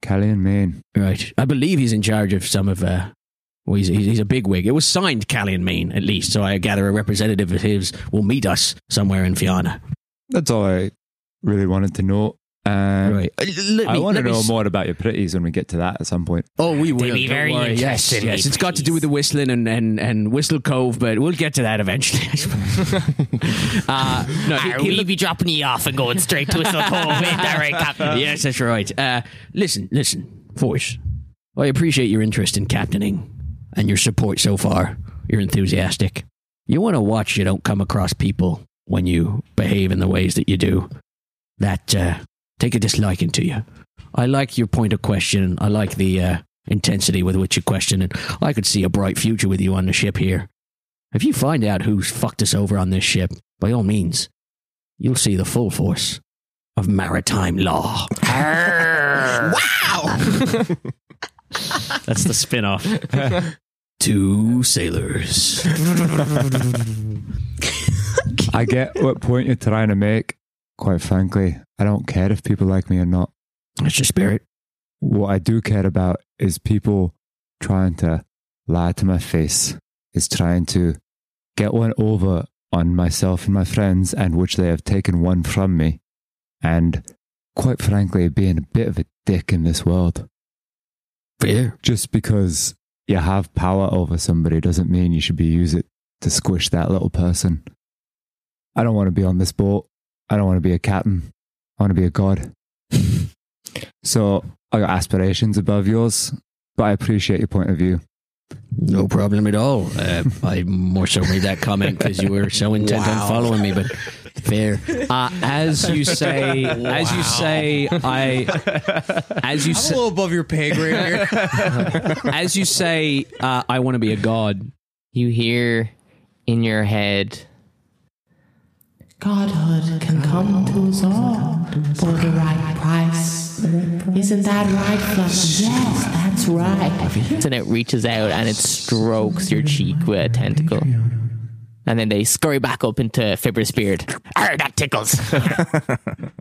[SPEAKER 6] Callian Maine.
[SPEAKER 2] Right. I believe he's in charge of some of. Uh, well, he's, he's, he's a big wig. It was signed Callian Maine, at least, so I gather a representative of his will meet us somewhere in Fianna.
[SPEAKER 6] That's all I really wanted to know. Um,
[SPEAKER 2] Right. Uh, let
[SPEAKER 6] I
[SPEAKER 2] me-
[SPEAKER 6] want to
[SPEAKER 2] let me
[SPEAKER 6] know
[SPEAKER 2] s-
[SPEAKER 6] more about your pretties when we get to that at some point.
[SPEAKER 2] Oh, we
[SPEAKER 20] They'd
[SPEAKER 2] will.
[SPEAKER 20] be
[SPEAKER 2] don't
[SPEAKER 20] very
[SPEAKER 2] worry. Yes,
[SPEAKER 20] interested in
[SPEAKER 2] yes.
[SPEAKER 20] me,
[SPEAKER 2] It's got to do with the whistling and, and, and Whistle Cove, but we'll get to that eventually. uh, no, he-
[SPEAKER 5] Are
[SPEAKER 2] he
[SPEAKER 5] we
[SPEAKER 2] looked-
[SPEAKER 5] Ah, be dropping you off and going straight to Whistle Cove? Ain't that right, Captain?
[SPEAKER 2] yes, that's right. Uh, listen, listen, Force. I appreciate your interest in captaining and your support so far. You're enthusiastic. You want to watch you don't come across people when you behave in the ways that you do that uh, take a disliking to you. I like your point of question. I like the uh, intensity with which you question it. I could see a bright future with you on the ship here. If you find out who's fucked us over on this ship, by all means, you'll see the full force of maritime law.
[SPEAKER 4] wow!
[SPEAKER 2] That's the spin off. Two sailors.
[SPEAKER 6] I get what point you're trying to make. Quite frankly, I don't care if people like me or not.
[SPEAKER 2] It's your spirit.
[SPEAKER 6] What I do care about is people trying to lie to my face, is trying to get one over on myself and my friends, and which they have taken one from me. And quite frankly, being a bit of a dick in this world.
[SPEAKER 2] Fair.
[SPEAKER 6] Just because you have power over somebody doesn't mean you should be use it to squish that little person. I don't want to be on this boat. I don't want to be a captain. I want to be a god. so I got aspirations above yours, but I appreciate your point of view.
[SPEAKER 21] No problem at all. Uh, I more so made that comment because you were so intent
[SPEAKER 2] Wow.
[SPEAKER 21] on following me, but fair. Uh, as you say, as you say, I, as you
[SPEAKER 8] I'm
[SPEAKER 21] say,
[SPEAKER 8] a little above your pay grade here.
[SPEAKER 21] as you say, uh, I want to be a god.
[SPEAKER 5] You hear in your head.
[SPEAKER 22] Godhood can come to us all for the right price. Isn't that right, Fluffy? Yes, that's right.
[SPEAKER 5] And it reaches out and it strokes your cheek with a tentacle. And then they scurry back up into Fibber's beard. Arr, that tickles.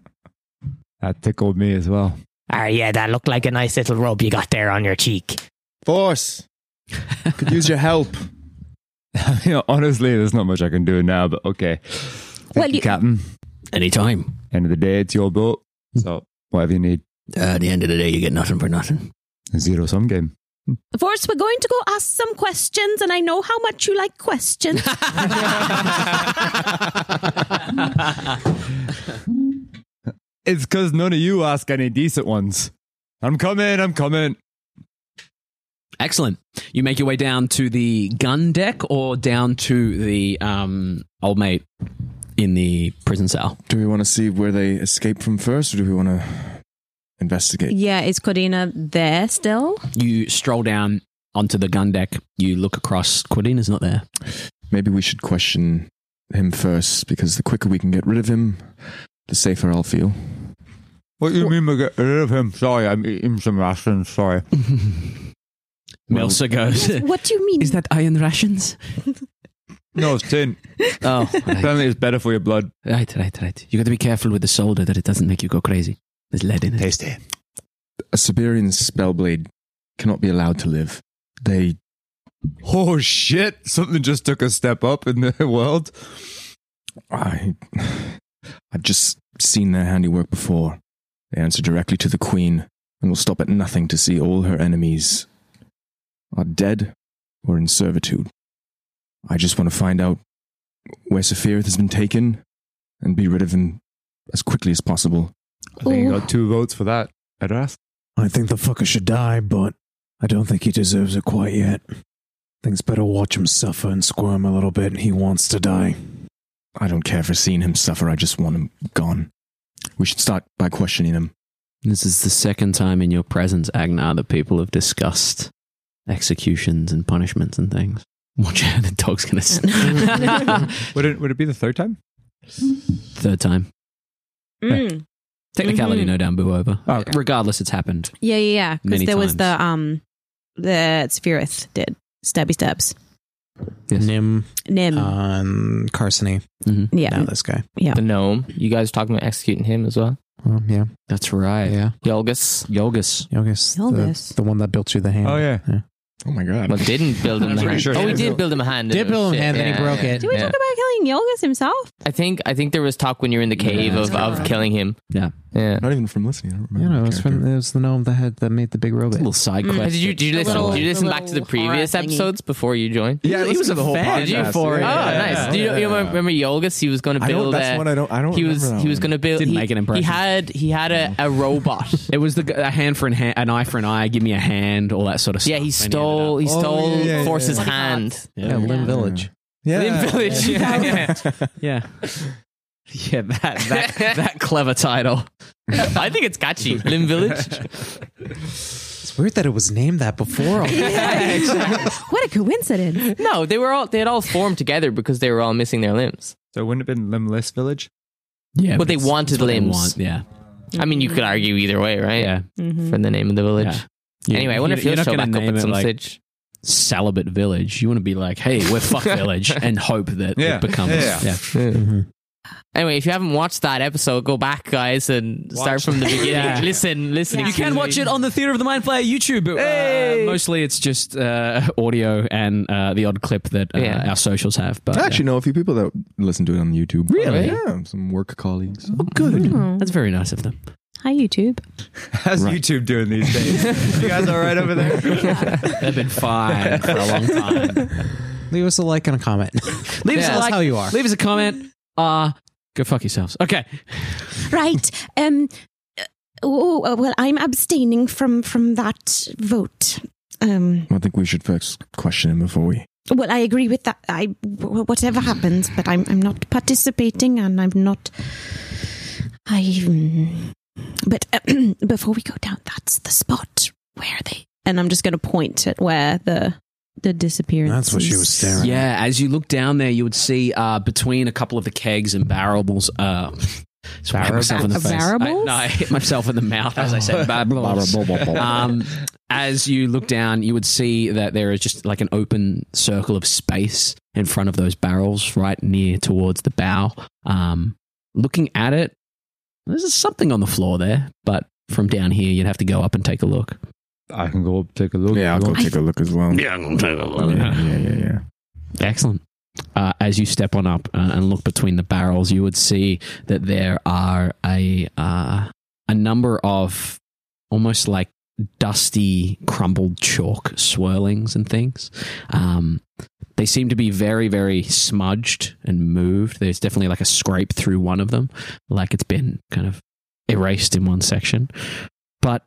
[SPEAKER 6] That tickled me as well.
[SPEAKER 23] Ah, yeah, that looked like a nice little rub you got there on your cheek.
[SPEAKER 6] Force. Could use your help. you know, honestly, there's not much I can do now, but okay. Thank
[SPEAKER 10] Well,
[SPEAKER 6] you,
[SPEAKER 10] you-
[SPEAKER 6] Captain.
[SPEAKER 21] Anytime.
[SPEAKER 6] End of the day, it's your boat. So whatever you need.
[SPEAKER 21] Uh, at the end of the day, you get nothing for nothing.
[SPEAKER 6] Zero sum game.
[SPEAKER 15] Force, we're going to go ask some questions, and I know how much you like questions.
[SPEAKER 6] It's because none of you ask any decent ones. I'm coming. I'm coming.
[SPEAKER 2] Excellent.
[SPEAKER 21] You make your way down to the gun deck or down to the um, old mate in the prison cell.
[SPEAKER 12] Do we want to see where they escaped from first, or do we want to investigate?
[SPEAKER 10] Yeah, is Cordina there still?
[SPEAKER 2] You stroll down onto the gun deck. You look across. Quadina's not there.
[SPEAKER 12] Maybe we should question him first, because the quicker we can get rid of him, the safer I'll feel.
[SPEAKER 6] What do you mean we get rid of him? Sorry, I'm eating some rations. Sorry.
[SPEAKER 21] Melsa goes.
[SPEAKER 15] what do you mean? Is
[SPEAKER 21] that iron rations?
[SPEAKER 6] No, it's tin.
[SPEAKER 21] Oh,
[SPEAKER 6] apparently it's better for your blood.
[SPEAKER 21] Right, right, right. You got to be careful with the solder that it doesn't make you go crazy. There's lead in it.
[SPEAKER 12] Tasty. A Siberian spellblade cannot be allowed to live. They
[SPEAKER 6] Oh shit! Something just took a step up in the world.
[SPEAKER 12] I, I've just seen their handiwork before. They answer directly to the queen and will stop at nothing to see all her enemies are dead or in servitude. I just want to find out where Sephiroth has been taken and be rid of him as quickly as possible.
[SPEAKER 6] I think you got two votes for that. I'd ask.
[SPEAKER 24] I think the fucker should die, but I don't think he deserves it quite yet. Things better watch him suffer and squirm a little bit. He wants to die.
[SPEAKER 12] I don't care for seeing him suffer. I just want him gone. We should start by questioning him.
[SPEAKER 2] This is the second time in your presence, Agnar, that people have discussed executions and punishments and things. Watch out, the dog's going to.
[SPEAKER 6] would it would it be the third time?
[SPEAKER 2] Third time.
[SPEAKER 10] Mm.
[SPEAKER 2] Technicality,
[SPEAKER 5] Mm-hmm.
[SPEAKER 10] Mhm.
[SPEAKER 2] no down, boo over.
[SPEAKER 5] Oh,
[SPEAKER 2] Regardless, it's happened.
[SPEAKER 10] Yeah, yeah, yeah. Because
[SPEAKER 2] Many
[SPEAKER 10] there was
[SPEAKER 2] times.
[SPEAKER 10] the um, the Spherith did stabby stabs.
[SPEAKER 8] Nim,
[SPEAKER 10] Nim.
[SPEAKER 8] um, Carcini.
[SPEAKER 2] Mm-hmm.
[SPEAKER 10] Yeah.
[SPEAKER 8] Now this guy.
[SPEAKER 10] Yeah.
[SPEAKER 5] The gnome. You guys were talking about executing him as well?
[SPEAKER 8] Oh yeah.
[SPEAKER 2] That's right.
[SPEAKER 8] Yeah.
[SPEAKER 5] Yolgus.
[SPEAKER 2] Yolgus.
[SPEAKER 8] Yolgus.
[SPEAKER 5] Yolgus.
[SPEAKER 8] The, the one that built you the hand.
[SPEAKER 5] Oh, yeah.
[SPEAKER 12] Oh my god.
[SPEAKER 5] Well, didn't build him
[SPEAKER 8] I'm
[SPEAKER 5] the
[SPEAKER 8] pretty
[SPEAKER 5] hand.
[SPEAKER 8] sure
[SPEAKER 5] oh,
[SPEAKER 8] he
[SPEAKER 5] he
[SPEAKER 8] did.
[SPEAKER 5] did build him a hand.
[SPEAKER 8] Did build him a
[SPEAKER 5] Shit,
[SPEAKER 8] hand, then he
[SPEAKER 5] yeah,
[SPEAKER 8] broke
[SPEAKER 5] yeah,
[SPEAKER 8] it.
[SPEAKER 10] Did we
[SPEAKER 5] yeah.
[SPEAKER 10] talk about killing Yolgas himself?
[SPEAKER 5] I think I think there was talk when you were in the cave
[SPEAKER 8] Yeah.
[SPEAKER 5] of, of killing him.
[SPEAKER 2] Yeah.
[SPEAKER 5] Yeah.
[SPEAKER 12] Not even from listening. I don't
[SPEAKER 8] You
[SPEAKER 12] remember.
[SPEAKER 8] know, it was, from, it was the gnome that had that made the big robot.
[SPEAKER 2] little side
[SPEAKER 5] Mm. Did you did you
[SPEAKER 8] The
[SPEAKER 5] listen?
[SPEAKER 8] little-
[SPEAKER 5] did you listen
[SPEAKER 8] the
[SPEAKER 5] back to the
[SPEAKER 8] little
[SPEAKER 5] previous
[SPEAKER 8] horror thingy.
[SPEAKER 5] episodes before you joined?
[SPEAKER 8] Yeah, I listened to the whole
[SPEAKER 5] Did you?
[SPEAKER 8] podcast.
[SPEAKER 5] For
[SPEAKER 8] Yeah,
[SPEAKER 5] oh,
[SPEAKER 8] yeah,
[SPEAKER 5] nice.
[SPEAKER 8] yeah,
[SPEAKER 5] do you,
[SPEAKER 8] yeah,
[SPEAKER 5] you
[SPEAKER 8] yeah.
[SPEAKER 5] remember Yolgus? He was going to
[SPEAKER 8] I don't-
[SPEAKER 5] build.
[SPEAKER 8] that's
[SPEAKER 5] uh,
[SPEAKER 8] one I don't- I don't
[SPEAKER 5] He was
[SPEAKER 8] remember that
[SPEAKER 5] he was
[SPEAKER 8] one.
[SPEAKER 5] going to build.
[SPEAKER 2] Didn't
[SPEAKER 5] he,
[SPEAKER 2] make an impression.
[SPEAKER 5] He had he had a, a robot.
[SPEAKER 2] It was the g- a hand for an hand, an eye for an eye, give me a hand, all that sort of stuff.
[SPEAKER 5] Yeah, he
[SPEAKER 2] And
[SPEAKER 5] stole he
[SPEAKER 2] ended up-
[SPEAKER 5] stole Force's hand.
[SPEAKER 2] Yeah, Yeah, Lynn Village.
[SPEAKER 5] Yeah. Lynn Village. Yeah.
[SPEAKER 2] Yeah. Yeah, that that, that clever title.
[SPEAKER 5] I think it's catchy. Lim Village.
[SPEAKER 8] It's weird that it was named that before.
[SPEAKER 10] what a coincidence.
[SPEAKER 5] No, they were all they had all formed together because they were all missing their limbs.
[SPEAKER 6] So wouldn't it have been limbless village?
[SPEAKER 2] Yeah,
[SPEAKER 5] but they
[SPEAKER 2] it's-
[SPEAKER 5] wanted
[SPEAKER 2] it's what they
[SPEAKER 5] limbs.
[SPEAKER 2] want, yeah.
[SPEAKER 5] I mean, you could argue either way, right?
[SPEAKER 2] Yeah.
[SPEAKER 10] Mhm.
[SPEAKER 5] For the name of the village.
[SPEAKER 2] Yeah. You-
[SPEAKER 5] Anyway, I wonder if
[SPEAKER 2] you're
[SPEAKER 5] he'll
[SPEAKER 2] not
[SPEAKER 5] show
[SPEAKER 2] gonna
[SPEAKER 5] back up
[SPEAKER 2] name
[SPEAKER 5] at
[SPEAKER 2] it,
[SPEAKER 5] some
[SPEAKER 2] like,
[SPEAKER 5] stage.
[SPEAKER 2] Celibate village. You want to be like, hey, we're fuck village, and hope that
[SPEAKER 5] Yeah,
[SPEAKER 2] it becomes.
[SPEAKER 5] yeah.
[SPEAKER 2] yeah.
[SPEAKER 5] Anyway, if you haven't watched that episode, go back, guys, and start from the beginning.
[SPEAKER 2] Yeah.
[SPEAKER 5] Listen, listen.
[SPEAKER 2] You can watch it on the Theater of the Mind Player YouTube. Uh, mostly it's just uh, audio and uh, the odd clip that uh,
[SPEAKER 12] Yeah.
[SPEAKER 2] our socials have. But
[SPEAKER 12] I actually know a few people that listen to it on YouTube.
[SPEAKER 2] Really?
[SPEAKER 12] Yeah, some work colleagues.
[SPEAKER 2] uh, good. That's very nice of them.
[SPEAKER 10] Hi, YouTube.
[SPEAKER 6] How's YouTube doing these days? you guys all right over there?
[SPEAKER 2] They've been fine for a long time.
[SPEAKER 8] Leave us a like and a comment.
[SPEAKER 2] Leave us
[SPEAKER 8] Tell
[SPEAKER 2] a
[SPEAKER 8] us
[SPEAKER 2] like.
[SPEAKER 8] how you are.
[SPEAKER 2] Leave us a
[SPEAKER 5] Ah,
[SPEAKER 2] comment. Uh, go fuck yourselves. Okay.
[SPEAKER 15] Right. Um, oh, oh, well, I'm abstaining from from that vote. Um,
[SPEAKER 12] I think we should first question him before we.
[SPEAKER 15] well, I agree with that. I w- whatever happens, but I'm I'm not participating, and I'm not. I. mm, But uh, before we go down, that's the spot where they.
[SPEAKER 10] and I'm just going to point at where the the disappearance.
[SPEAKER 2] Yeah, as you look down there, you would see uh, between a couple of the kegs and barrables. Uh, just whacked myself in the
[SPEAKER 10] Barrables?
[SPEAKER 2] face. I-
[SPEAKER 10] Barrables?
[SPEAKER 2] no, I hit myself in the mouth as I said barrables.
[SPEAKER 16] Barrables.
[SPEAKER 2] um, as you look down, you would see that there is just like an open circle of space in front of those barrels, right near towards the bow. Um, looking at it, there's something on the floor there, but from down here, you'd have to go up and take a look.
[SPEAKER 6] I can go up take a look.
[SPEAKER 12] Yeah, I'll go
[SPEAKER 2] I-
[SPEAKER 12] take a look as well.
[SPEAKER 2] Yeah, I'm gonna take a look.
[SPEAKER 12] Yeah, yeah, yeah. yeah.
[SPEAKER 2] Excellent. Uh, as you step on up uh, and look between the barrels, you would see that there are a uh, a number of almost like dusty, crumbled chalk swirlings and things. Um, they seem to be very, very smudged and moved. There's definitely like a scrape through one of them, like it's been kind of erased in one section. But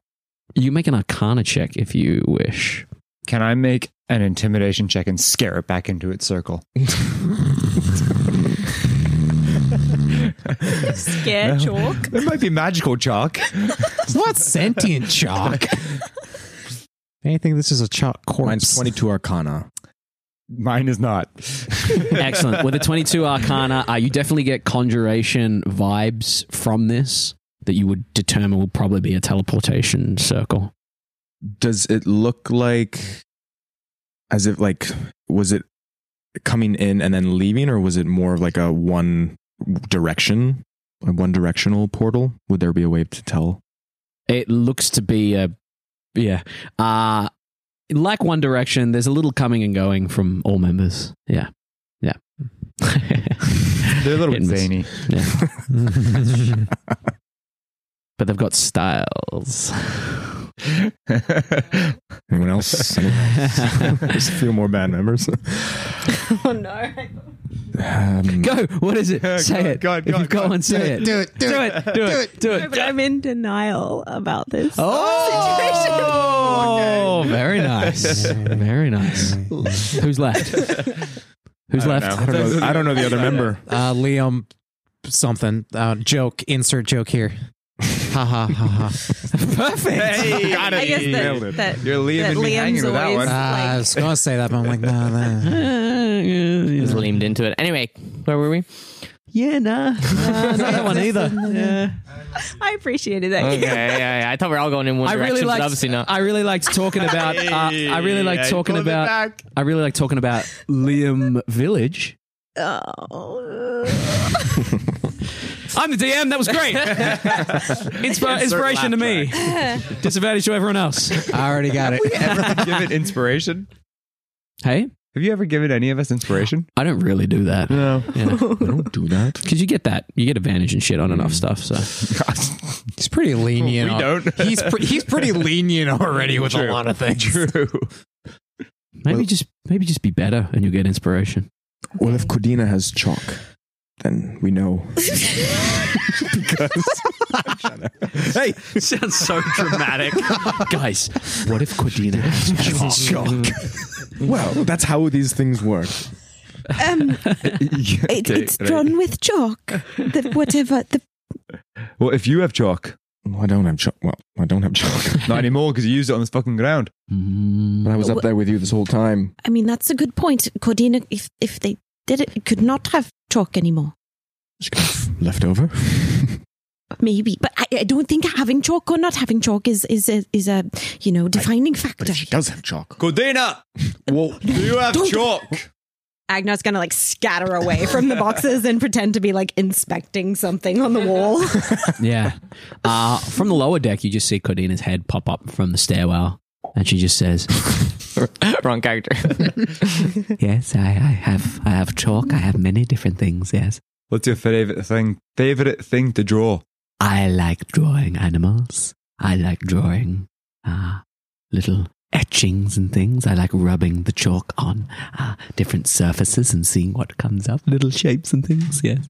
[SPEAKER 2] you make an arcana check if you wish.
[SPEAKER 6] Can I make an intimidation check and scare it back into its circle?
[SPEAKER 10] Scare chalk.
[SPEAKER 6] It might be magical chalk.
[SPEAKER 8] It's not sentient chalk. Anything, this is a chalk corpse.
[SPEAKER 12] Mine's 22 Arcana.
[SPEAKER 6] Mine is not.
[SPEAKER 2] Excellent. With a 22 Arcana, uh, you definitely get conjuration vibes from this that you would determine will probably be a teleportation circle.
[SPEAKER 12] Does it look like as if like was it coming in and then leaving, or was it more of like a one direction, a one directional portal? Would there be a way to tell?
[SPEAKER 2] It looks to be a yeah. Uh like One Direction, there's a little coming and going from all members. Yeah. Yeah.
[SPEAKER 6] They're a little bit
[SPEAKER 2] Hit and miss.
[SPEAKER 6] zany.
[SPEAKER 2] Yeah. but they've got styles.
[SPEAKER 12] Anyone else? There's a few more band members.
[SPEAKER 10] oh no!
[SPEAKER 12] Um,
[SPEAKER 2] Go. What is it? say it.
[SPEAKER 6] God,
[SPEAKER 2] if you've got one, say it.
[SPEAKER 10] Do it, do
[SPEAKER 2] Do
[SPEAKER 10] it,
[SPEAKER 2] it. Do it. Do
[SPEAKER 10] No,
[SPEAKER 2] it.
[SPEAKER 10] but I'm in denial about this.
[SPEAKER 2] Oh, very nice. Very nice. Who's left? Who's
[SPEAKER 12] I don't
[SPEAKER 2] left?
[SPEAKER 12] know. I don't know- I don't know the other member.
[SPEAKER 8] Uh, Liam, something. Uh, joke. Insert joke here. ha ha ha ha.
[SPEAKER 2] Perfect.
[SPEAKER 6] Hey, got it.
[SPEAKER 10] I guess that-
[SPEAKER 6] Nailed it.
[SPEAKER 10] that-
[SPEAKER 6] You're Liam
[SPEAKER 10] that
[SPEAKER 6] and me
[SPEAKER 10] Liam's
[SPEAKER 6] hanging with that
[SPEAKER 10] always,
[SPEAKER 6] one.
[SPEAKER 8] Uh, I was going to say that, but I'm like, nah, nah.
[SPEAKER 5] was leaned into it. Anyway, where were we?
[SPEAKER 2] Yeah, nah. nah not that one either. Yeah.
[SPEAKER 10] I appreciated
[SPEAKER 12] Oh,
[SPEAKER 10] that.
[SPEAKER 5] Okay, yeah, yeah. I thought we were all going in one
[SPEAKER 2] I
[SPEAKER 5] direction,
[SPEAKER 2] really
[SPEAKER 5] but
[SPEAKER 2] liked.
[SPEAKER 5] obviously not.
[SPEAKER 2] I really liked talking about. Uh, I really
[SPEAKER 5] Hey,
[SPEAKER 2] liked
[SPEAKER 5] I
[SPEAKER 2] talking
[SPEAKER 5] pulled it
[SPEAKER 2] about.
[SPEAKER 5] back.
[SPEAKER 2] I really like talking about Liam Village.
[SPEAKER 15] Um,
[SPEAKER 10] Oh.
[SPEAKER 2] I'm the DM. That was great. Inspi-
[SPEAKER 6] Insert
[SPEAKER 2] inspiration to
[SPEAKER 6] laugh
[SPEAKER 2] me. Disadvantage to everyone else.
[SPEAKER 8] I already got it.
[SPEAKER 6] Ever given inspiration?
[SPEAKER 2] Hey,
[SPEAKER 6] Have you ever given any of us inspiration?
[SPEAKER 2] I don't really do that.
[SPEAKER 6] No.
[SPEAKER 2] Because
[SPEAKER 12] don't do that.
[SPEAKER 2] you get that, you get advantage and shit on
[SPEAKER 5] Mm.
[SPEAKER 2] enough stuff. So
[SPEAKER 8] He's pretty lenient.
[SPEAKER 6] We
[SPEAKER 8] on-
[SPEAKER 6] don't.
[SPEAKER 8] He's pre- he's pretty lenient already with
[SPEAKER 6] True.
[SPEAKER 8] a lot of things.
[SPEAKER 6] True.
[SPEAKER 2] maybe just maybe just be better, and you'll get inspiration.
[SPEAKER 12] Well, if Codina has chalk, then we know. because
[SPEAKER 2] Hey, sounds so dramatic, guys. What if Cordina has chalk?
[SPEAKER 12] well, that's how these things work.
[SPEAKER 15] Um, it, it's drawn with chalk. The, whatever the
[SPEAKER 6] Well, if you have chalk,
[SPEAKER 12] Well, I don't have chalk. Well, I don't have chalk.
[SPEAKER 6] not anymore because you used it on this fucking ground.
[SPEAKER 2] Mm,
[SPEAKER 12] But I was up there with you this whole time.
[SPEAKER 15] I mean, that's a good point, Cordina. If if they did it, it could not have chalk anymore.
[SPEAKER 12] Left over?
[SPEAKER 15] Maybe, but I, I don't think having chalk or not having chalk is is a, is a you know defining factor.
[SPEAKER 12] does have chalk.
[SPEAKER 6] Codina!
[SPEAKER 12] Well,
[SPEAKER 6] Do you have
[SPEAKER 15] Don't-
[SPEAKER 6] chalk?
[SPEAKER 10] Agnar's gonna like scatter away from the boxes and pretend to be like inspecting something on the wall.
[SPEAKER 2] Yeah. Uh, from the lower deck, you just see Cordina's head pop up from the stairwell, and she just says,
[SPEAKER 5] Wrong character.
[SPEAKER 2] "Yes, I, I have, I have chalk. I have many different things. Yes,
[SPEAKER 6] What's your favorite thing? Favorite thing to draw?
[SPEAKER 2] I like drawing animals. I like drawing uh, little." Etchings and things. I like rubbing the chalk on uh, different surfaces and seeing what comes up, little shapes and things. Yes.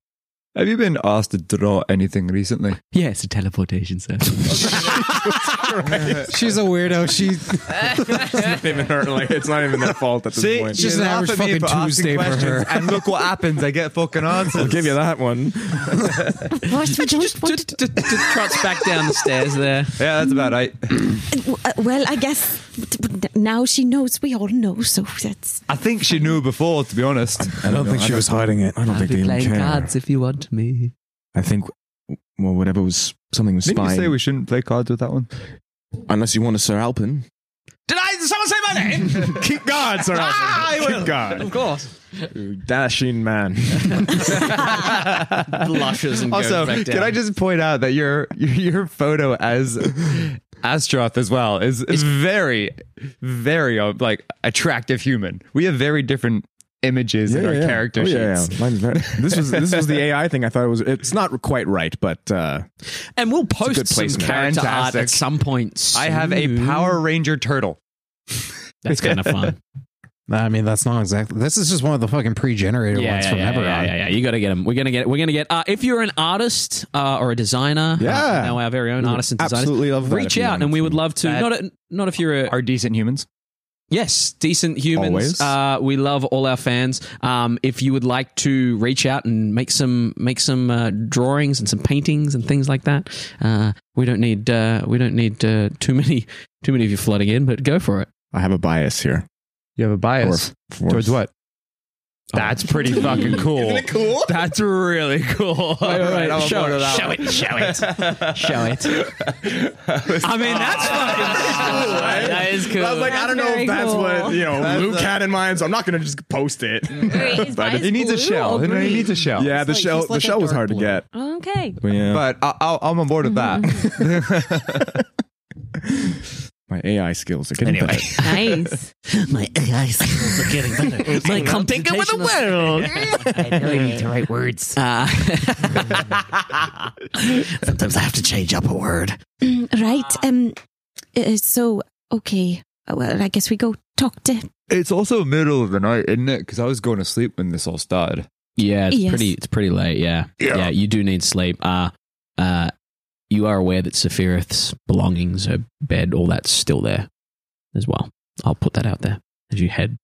[SPEAKER 6] Have you been asked to draw anything recently?
[SPEAKER 2] Yeah, it's a teleportation service.
[SPEAKER 25] She's a weirdo. She
[SPEAKER 4] not even her, like, it's not even their fault at this
[SPEAKER 6] See,
[SPEAKER 4] point.
[SPEAKER 6] it's just an
[SPEAKER 4] Laugh
[SPEAKER 6] average
[SPEAKER 4] at me
[SPEAKER 6] fucking
[SPEAKER 4] for asking
[SPEAKER 6] Tuesday for her.
[SPEAKER 4] questions,
[SPEAKER 6] And look what happens. I get fucking answers.
[SPEAKER 4] I'll give you that one.
[SPEAKER 15] What we don't want
[SPEAKER 2] to- Trots back down the stairs there.
[SPEAKER 6] Yeah, that's about right.
[SPEAKER 15] uh, well, I guess now she knows. We all know, so that's
[SPEAKER 6] I think she knew before, to be honest.
[SPEAKER 8] I don't think she was hiding it. I don't think they even care.
[SPEAKER 2] if you want me.
[SPEAKER 12] I think, well, whatever was something was
[SPEAKER 6] Didn't you
[SPEAKER 12] spying.
[SPEAKER 6] say we shouldn't play cards with that one?
[SPEAKER 12] Unless you want to Sir Alpin.
[SPEAKER 2] Did I? Did someone say my name?
[SPEAKER 4] Keep God, sir.
[SPEAKER 2] Ah, I
[SPEAKER 4] Keep
[SPEAKER 2] will.
[SPEAKER 4] God.
[SPEAKER 2] Of course.
[SPEAKER 12] Dashing man.
[SPEAKER 2] Blushes and
[SPEAKER 6] also,
[SPEAKER 2] goes back down.
[SPEAKER 6] can I just point out that your your photo as Astroth as well is, is very, very uh, like attractive human. We have very different images in our character
[SPEAKER 12] Oh,
[SPEAKER 6] sheets.
[SPEAKER 12] yeah, yeah. Mine's very- this was this was the AI thing. I thought it was. It's not quite right, but uh,
[SPEAKER 2] and we'll
[SPEAKER 12] a good
[SPEAKER 2] post some
[SPEAKER 12] placement.
[SPEAKER 2] character art
[SPEAKER 12] Fantastic.
[SPEAKER 2] at some point.
[SPEAKER 6] I have a
[SPEAKER 2] soon.
[SPEAKER 6] Power Ranger turtle.
[SPEAKER 2] That's kind of fun.
[SPEAKER 25] I mean, that's not exactly. This is just one of the fucking pre-generated ones from
[SPEAKER 2] yeah,
[SPEAKER 25] Eberron.
[SPEAKER 2] yeah, yeah, yeah. You got to get them. We're gonna get. We're gonna get. Uh, if you're an artist uh, or a designer,
[SPEAKER 12] Yeah.
[SPEAKER 2] uh, you know, our very own
[SPEAKER 12] We would
[SPEAKER 2] artists and designers,
[SPEAKER 12] absolutely love that if
[SPEAKER 2] reach
[SPEAKER 12] you
[SPEAKER 2] out,
[SPEAKER 12] wanted
[SPEAKER 2] and we
[SPEAKER 12] to.
[SPEAKER 2] would love to.
[SPEAKER 12] That-
[SPEAKER 2] Not a, not if you're a
[SPEAKER 6] are decent humans.
[SPEAKER 2] Yes, decent humans.
[SPEAKER 12] Always.
[SPEAKER 2] Uh, we love all our fans. Um, if you would like to reach out and make some make some uh, drawings and some paintings and things like that, uh, we don't need uh, we don't need uh, too many too many of you flooding in, but go for it.
[SPEAKER 12] I have a bias here.
[SPEAKER 6] You have a bias
[SPEAKER 12] Or- or-
[SPEAKER 6] towards what? That's pretty fucking cool.
[SPEAKER 12] Isn't it cool?
[SPEAKER 6] That's really cool.
[SPEAKER 2] wait, wait.
[SPEAKER 6] I'll
[SPEAKER 2] Show
[SPEAKER 6] photo
[SPEAKER 2] it,
[SPEAKER 6] that
[SPEAKER 2] show
[SPEAKER 6] one.
[SPEAKER 2] it, show
[SPEAKER 6] it,
[SPEAKER 2] Show it. I mean, that's fucking cool.
[SPEAKER 4] right?
[SPEAKER 26] That is cool.
[SPEAKER 4] I was like, I don't know if that's what you know
[SPEAKER 6] That's
[SPEAKER 4] Luke
[SPEAKER 6] a-
[SPEAKER 4] had in mind, so I'm not gonna just post it. But-
[SPEAKER 6] He needs a shell. He needs a shell.
[SPEAKER 4] yeah, the shell the shell was hard to get.
[SPEAKER 10] Okay.
[SPEAKER 4] But, yeah.
[SPEAKER 6] But I, I, I'm on board with that.
[SPEAKER 12] My AI skills are getting
[SPEAKER 6] Anyway.
[SPEAKER 12] better.
[SPEAKER 10] Nice.
[SPEAKER 27] My AI skills are getting better. My computational
[SPEAKER 5] I know you need to write words.
[SPEAKER 27] Sometimes I have to change up a word.
[SPEAKER 15] Mm, right. Um. Uh, so okay. Uh, Well, I guess we go talk to.
[SPEAKER 6] it's also middle of the night, isn't it? Because I was going to sleep when this all started.
[SPEAKER 2] Yeah, it's
[SPEAKER 15] Yes.
[SPEAKER 2] pretty. It's pretty late. Yeah. yeah, You do need sleep. Uh, uh, you are aware that Sephiroth's belongings, her bed, all that's still there as well. I'll put that out there as you head,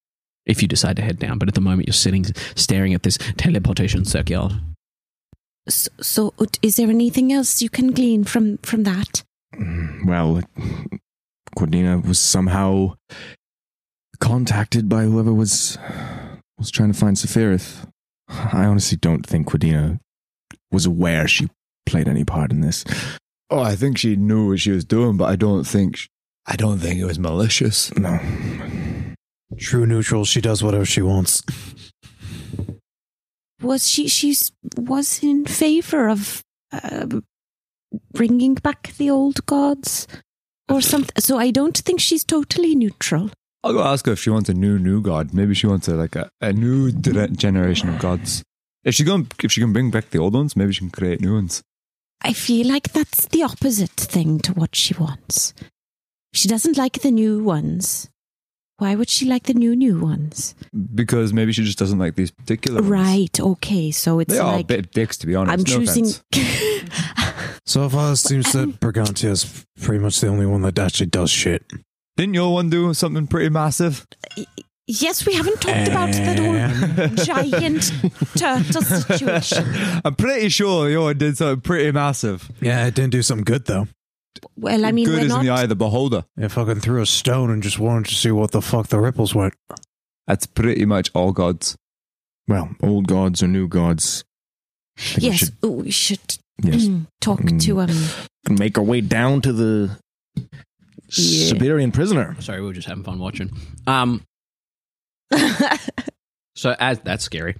[SPEAKER 2] if you decide to head down. But at the moment, you're sitting, staring at this teleportation circular.
[SPEAKER 15] So, so uh, is there anything else you can glean from from that?
[SPEAKER 12] Mm, Well, Cordina was somehow contacted by whoever was was trying to find Sephiroth. I honestly don't think Cordina was aware she played any part in this.
[SPEAKER 6] Oh, I think she knew what she was doing, but I don't think sh I don't think it was malicious.
[SPEAKER 12] No,
[SPEAKER 8] True neutral. She does whatever she wants.
[SPEAKER 15] Was she? She's was in favor of um, bringing back the old gods, or something. So I don't think she's totally neutral.
[SPEAKER 6] I'll go ask her if she wants a new new god. Maybe she wants a, like a, a new dire- generation of gods. If she can if she can bring back the old ones, maybe she can create new ones.
[SPEAKER 15] I feel like that's the opposite thing to what she wants. She doesn't like the new ones. Why would she like the new new ones?
[SPEAKER 6] Because maybe she just doesn't like these particular ones.
[SPEAKER 15] Right. Okay. So it's
[SPEAKER 6] They are
[SPEAKER 15] like
[SPEAKER 6] a bit of dicks, to be honest.
[SPEAKER 15] I'm
[SPEAKER 6] no
[SPEAKER 15] choosing.
[SPEAKER 6] offense.
[SPEAKER 8] So far, it seems that Brigantia's pretty much the only one that actually does shit.
[SPEAKER 6] Didn't your one do something pretty massive?
[SPEAKER 15] Yes, we haven't talked about that whole
[SPEAKER 6] Eh.
[SPEAKER 15] giant turtle situation.
[SPEAKER 6] I'm pretty sure your did something pretty massive.
[SPEAKER 8] Yeah, it didn't do something good though.
[SPEAKER 15] Well, I mean,
[SPEAKER 6] Good
[SPEAKER 15] we're
[SPEAKER 6] is
[SPEAKER 15] not.
[SPEAKER 6] in the eye of the beholder.
[SPEAKER 8] It fucking threw a stone and just wanted to see what the fuck the ripples went.
[SPEAKER 6] That's pretty much all gods.
[SPEAKER 12] Well, old gods or new gods. I think we
[SPEAKER 15] yes,
[SPEAKER 12] should
[SPEAKER 15] oh, we should
[SPEAKER 12] Yes.
[SPEAKER 15] talk
[SPEAKER 6] Mm.
[SPEAKER 15] to um.
[SPEAKER 12] make our way down to the
[SPEAKER 15] Yeah.
[SPEAKER 12] Siberian prisoner.
[SPEAKER 2] Sorry, we were just having fun watching. Um.
[SPEAKER 15] um,
[SPEAKER 2] so as that's scary.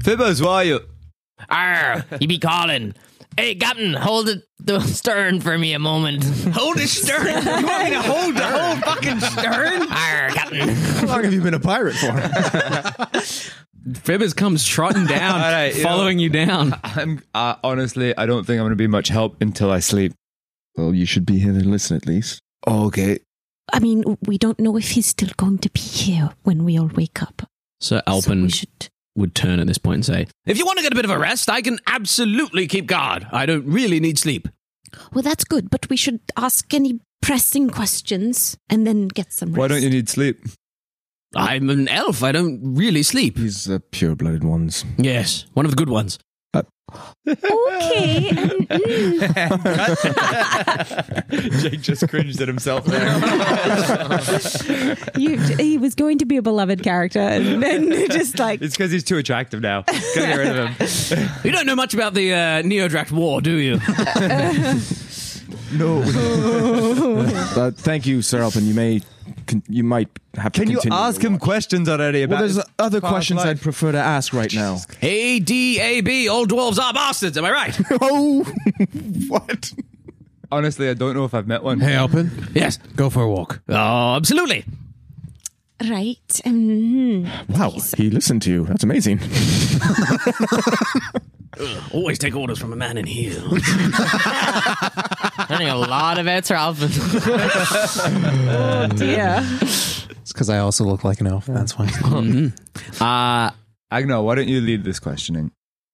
[SPEAKER 6] Fibbers, why are you?
[SPEAKER 5] Arr, you be calling. Hey, Captain, hold it, the stern for me a moment. Hold it stern? You want me to hold the whole fucking stern? Arr, Captain.
[SPEAKER 12] How long have you been a pirate for?
[SPEAKER 2] Fibbers comes trotting down,
[SPEAKER 6] All right, you
[SPEAKER 2] following you down.
[SPEAKER 6] I'm uh, honestly, I don't think I'm going to be much help until I sleep.
[SPEAKER 12] well, you should be here to listen at least.
[SPEAKER 6] Okay.
[SPEAKER 15] I mean, we don't know if he's still going to be here when we all wake up.
[SPEAKER 2] So
[SPEAKER 15] So
[SPEAKER 2] Alpin
[SPEAKER 15] we should
[SPEAKER 2] would turn at this point and say,
[SPEAKER 16] If you want to get a bit of a rest, I can absolutely keep guard. I don't really need sleep.
[SPEAKER 15] Well, that's good, but we should ask any pressing questions and then get some rest.
[SPEAKER 6] Why don't you need sleep?
[SPEAKER 16] I'm an elf. I don't really sleep.
[SPEAKER 12] He's the pure blooded ones.
[SPEAKER 16] Yes, one of the good ones.
[SPEAKER 15] okay. um, mm.
[SPEAKER 13] Jake just cringed at himself
[SPEAKER 10] You, he was going to be a beloved character, and then just like
[SPEAKER 13] it's because he's too attractive now. Gotta get rid of him.
[SPEAKER 16] You don't know much about the uh, Neodract War, do you?
[SPEAKER 12] No. uh, thank you, Sir Alpin. You may, con- you might have to.
[SPEAKER 13] Can you
[SPEAKER 12] continue
[SPEAKER 13] ask him questions already about?
[SPEAKER 12] Well, there's
[SPEAKER 13] his
[SPEAKER 12] other
[SPEAKER 13] past
[SPEAKER 12] questions
[SPEAKER 13] life?
[SPEAKER 12] I'd prefer to ask right now.
[SPEAKER 16] A D A B. All dwarves are bastards. Am I right?
[SPEAKER 12] oh,
[SPEAKER 6] Honestly, I don't know if I've met one.
[SPEAKER 8] Hey, Alpin.
[SPEAKER 16] Yes.
[SPEAKER 8] Go for a walk.
[SPEAKER 16] Oh, absolutely.
[SPEAKER 15] right. Um,
[SPEAKER 12] Wow, he listened to you. That's amazing.
[SPEAKER 16] Always take orders from a man in here.
[SPEAKER 5] Learning a lot about Sir Alvin. oh
[SPEAKER 10] dear.
[SPEAKER 8] It's because I also look like an elf. That's why.
[SPEAKER 6] Uh, Agno, why don't you lead this questioning?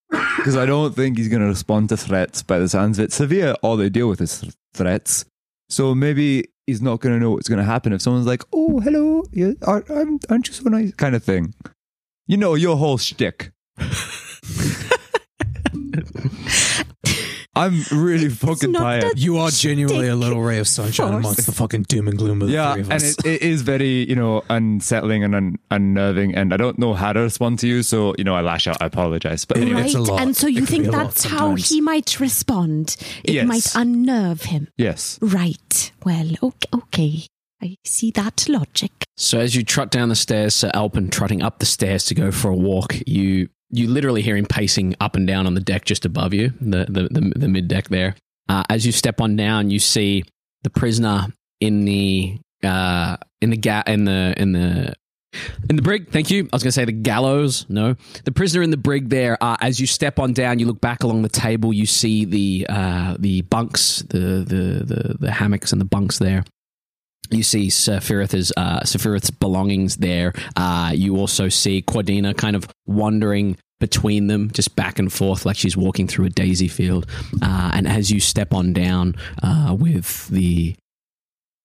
[SPEAKER 6] Because I don't think he's going to respond to threats by the sounds of it. Severe, all they deal with is th- threats. So maybe he's not going to know what's going to happen if someone's like, oh, hello, you are, I'm, aren't you so nice? Kind of thing. You know, your whole shtick. I'm really fucking tired.
[SPEAKER 8] You are genuinely a little ray of sunshine
[SPEAKER 6] force.
[SPEAKER 8] amongst the fucking doom and gloom of the
[SPEAKER 6] yeah,
[SPEAKER 8] three of
[SPEAKER 6] and
[SPEAKER 8] us.
[SPEAKER 6] it, it is very, you know, unsettling and un- unnerving, and I don't know how to respond to you, so you know, I lash out. I apologize, but anyway.
[SPEAKER 15] right. And so you think that's how he might respond? It
[SPEAKER 6] Yes.
[SPEAKER 15] might unnerve him.
[SPEAKER 6] Yes.
[SPEAKER 15] Right. Well, okay. okay. I see that logic.
[SPEAKER 2] So as you trot down the stairs, Sir Alpin trotting up the stairs to go for a walk, you you literally hear him pacing up and down on the deck just above you, the the the, the mid deck there. Uh, as you step on down, you see the prisoner in the uh, in the ga- in the in the in the brig, thank you. I was going to say the gallows. No, the prisoner in the brig. There, uh, as you step on down, you look back along the table. You see the uh, the bunks, the, the the the hammocks and the bunks there. You see Sephiroth's, uh, Sephiroth's belongings there. Uh, you also see Quadina kind of wandering between them, just back and forth, like she's walking through a daisy field. Uh, and as you step on down uh, with the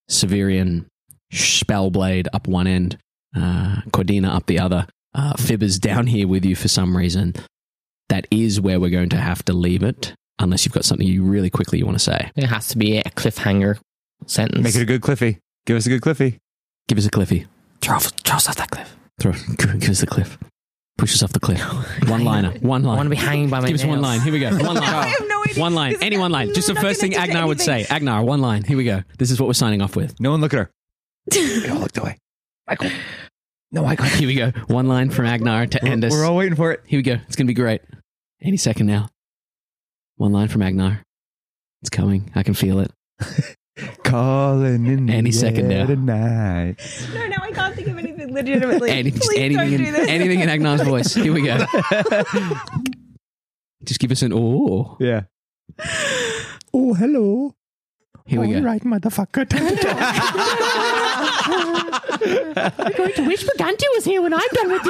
[SPEAKER 2] Severian Spellblade up one end, uh, Cordina up the other, uh, Fibber's down here with you for some reason, that is where we're going to have to leave it, unless you've got something you really quickly you want to say.
[SPEAKER 5] It has to be a cliffhanger sentence.
[SPEAKER 6] Make it a good Cliffy. Give us a good Cliffy.
[SPEAKER 2] Give us a Cliffy.
[SPEAKER 5] Throw, throw us off that cliff.
[SPEAKER 2] Throw, give us the cliff. Push us off the cliff. One liner. One line.
[SPEAKER 5] I want to be hanging by my
[SPEAKER 2] Give us one
[SPEAKER 5] nails.
[SPEAKER 2] line. Here we go. One line.
[SPEAKER 5] I have
[SPEAKER 2] no idea. One line. Any one line. Just the first thing Agnar would say. Agnar, one line. Here we go. This is what we're signing off with.
[SPEAKER 6] No one look at her. Oh,
[SPEAKER 2] We all looked away. Michael. No, Michael. Here we go. One line from Agnar to end us.
[SPEAKER 6] we're all waiting for it.
[SPEAKER 2] Here we go. It's going to be great. Any second now. One line from Agnar. It's coming. I can feel it.
[SPEAKER 6] Calling in
[SPEAKER 2] Any second now.
[SPEAKER 6] Tonight.
[SPEAKER 10] no, no, I can't think of anything legitimately.
[SPEAKER 2] Any- just
[SPEAKER 10] Please
[SPEAKER 2] anything,
[SPEAKER 10] don't do
[SPEAKER 2] in,
[SPEAKER 10] this.
[SPEAKER 2] anything in Agnar's voice. Here we go. Just give us an oh.
[SPEAKER 6] Yeah.
[SPEAKER 12] Oh, hello.
[SPEAKER 2] Here we go.
[SPEAKER 12] right, motherfucker.
[SPEAKER 28] I'm going to wish Briganti was here when I'm done with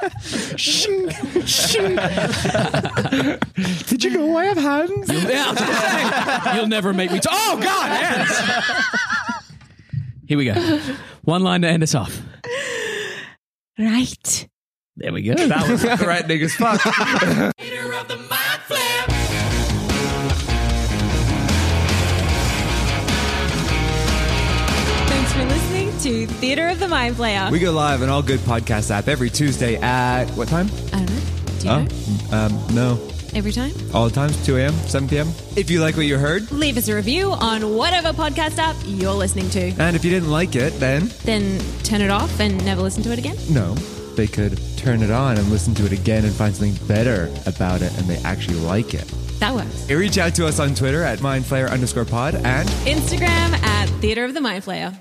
[SPEAKER 28] you.
[SPEAKER 12] Shing, shing. Did you know I have hands?
[SPEAKER 2] You'll never make me. T- oh God! Here we go. One line to end us off.
[SPEAKER 15] Right.
[SPEAKER 2] There we go.
[SPEAKER 6] That was threatening as fuck.
[SPEAKER 10] Thanks for listening to Theater of the Mind Player.
[SPEAKER 6] We go live on all good podcast app every Tuesday at what time?
[SPEAKER 10] I don't know. Do you know?
[SPEAKER 6] um, no.
[SPEAKER 10] Every time?
[SPEAKER 6] All times, 2 a.m., 7 p.m. If you like what you heard,
[SPEAKER 10] Leave us a review on whatever podcast app you're listening to.
[SPEAKER 6] and if you didn't like it, then
[SPEAKER 10] Then turn it off and never listen to it again.
[SPEAKER 6] no. They could turn it on and listen to it again and find something better about it and they actually like it.
[SPEAKER 10] That works.
[SPEAKER 6] Reach out to us on Twitter at mindflayer underscore pod and
[SPEAKER 10] Instagram at Theater of the Mind Flayer.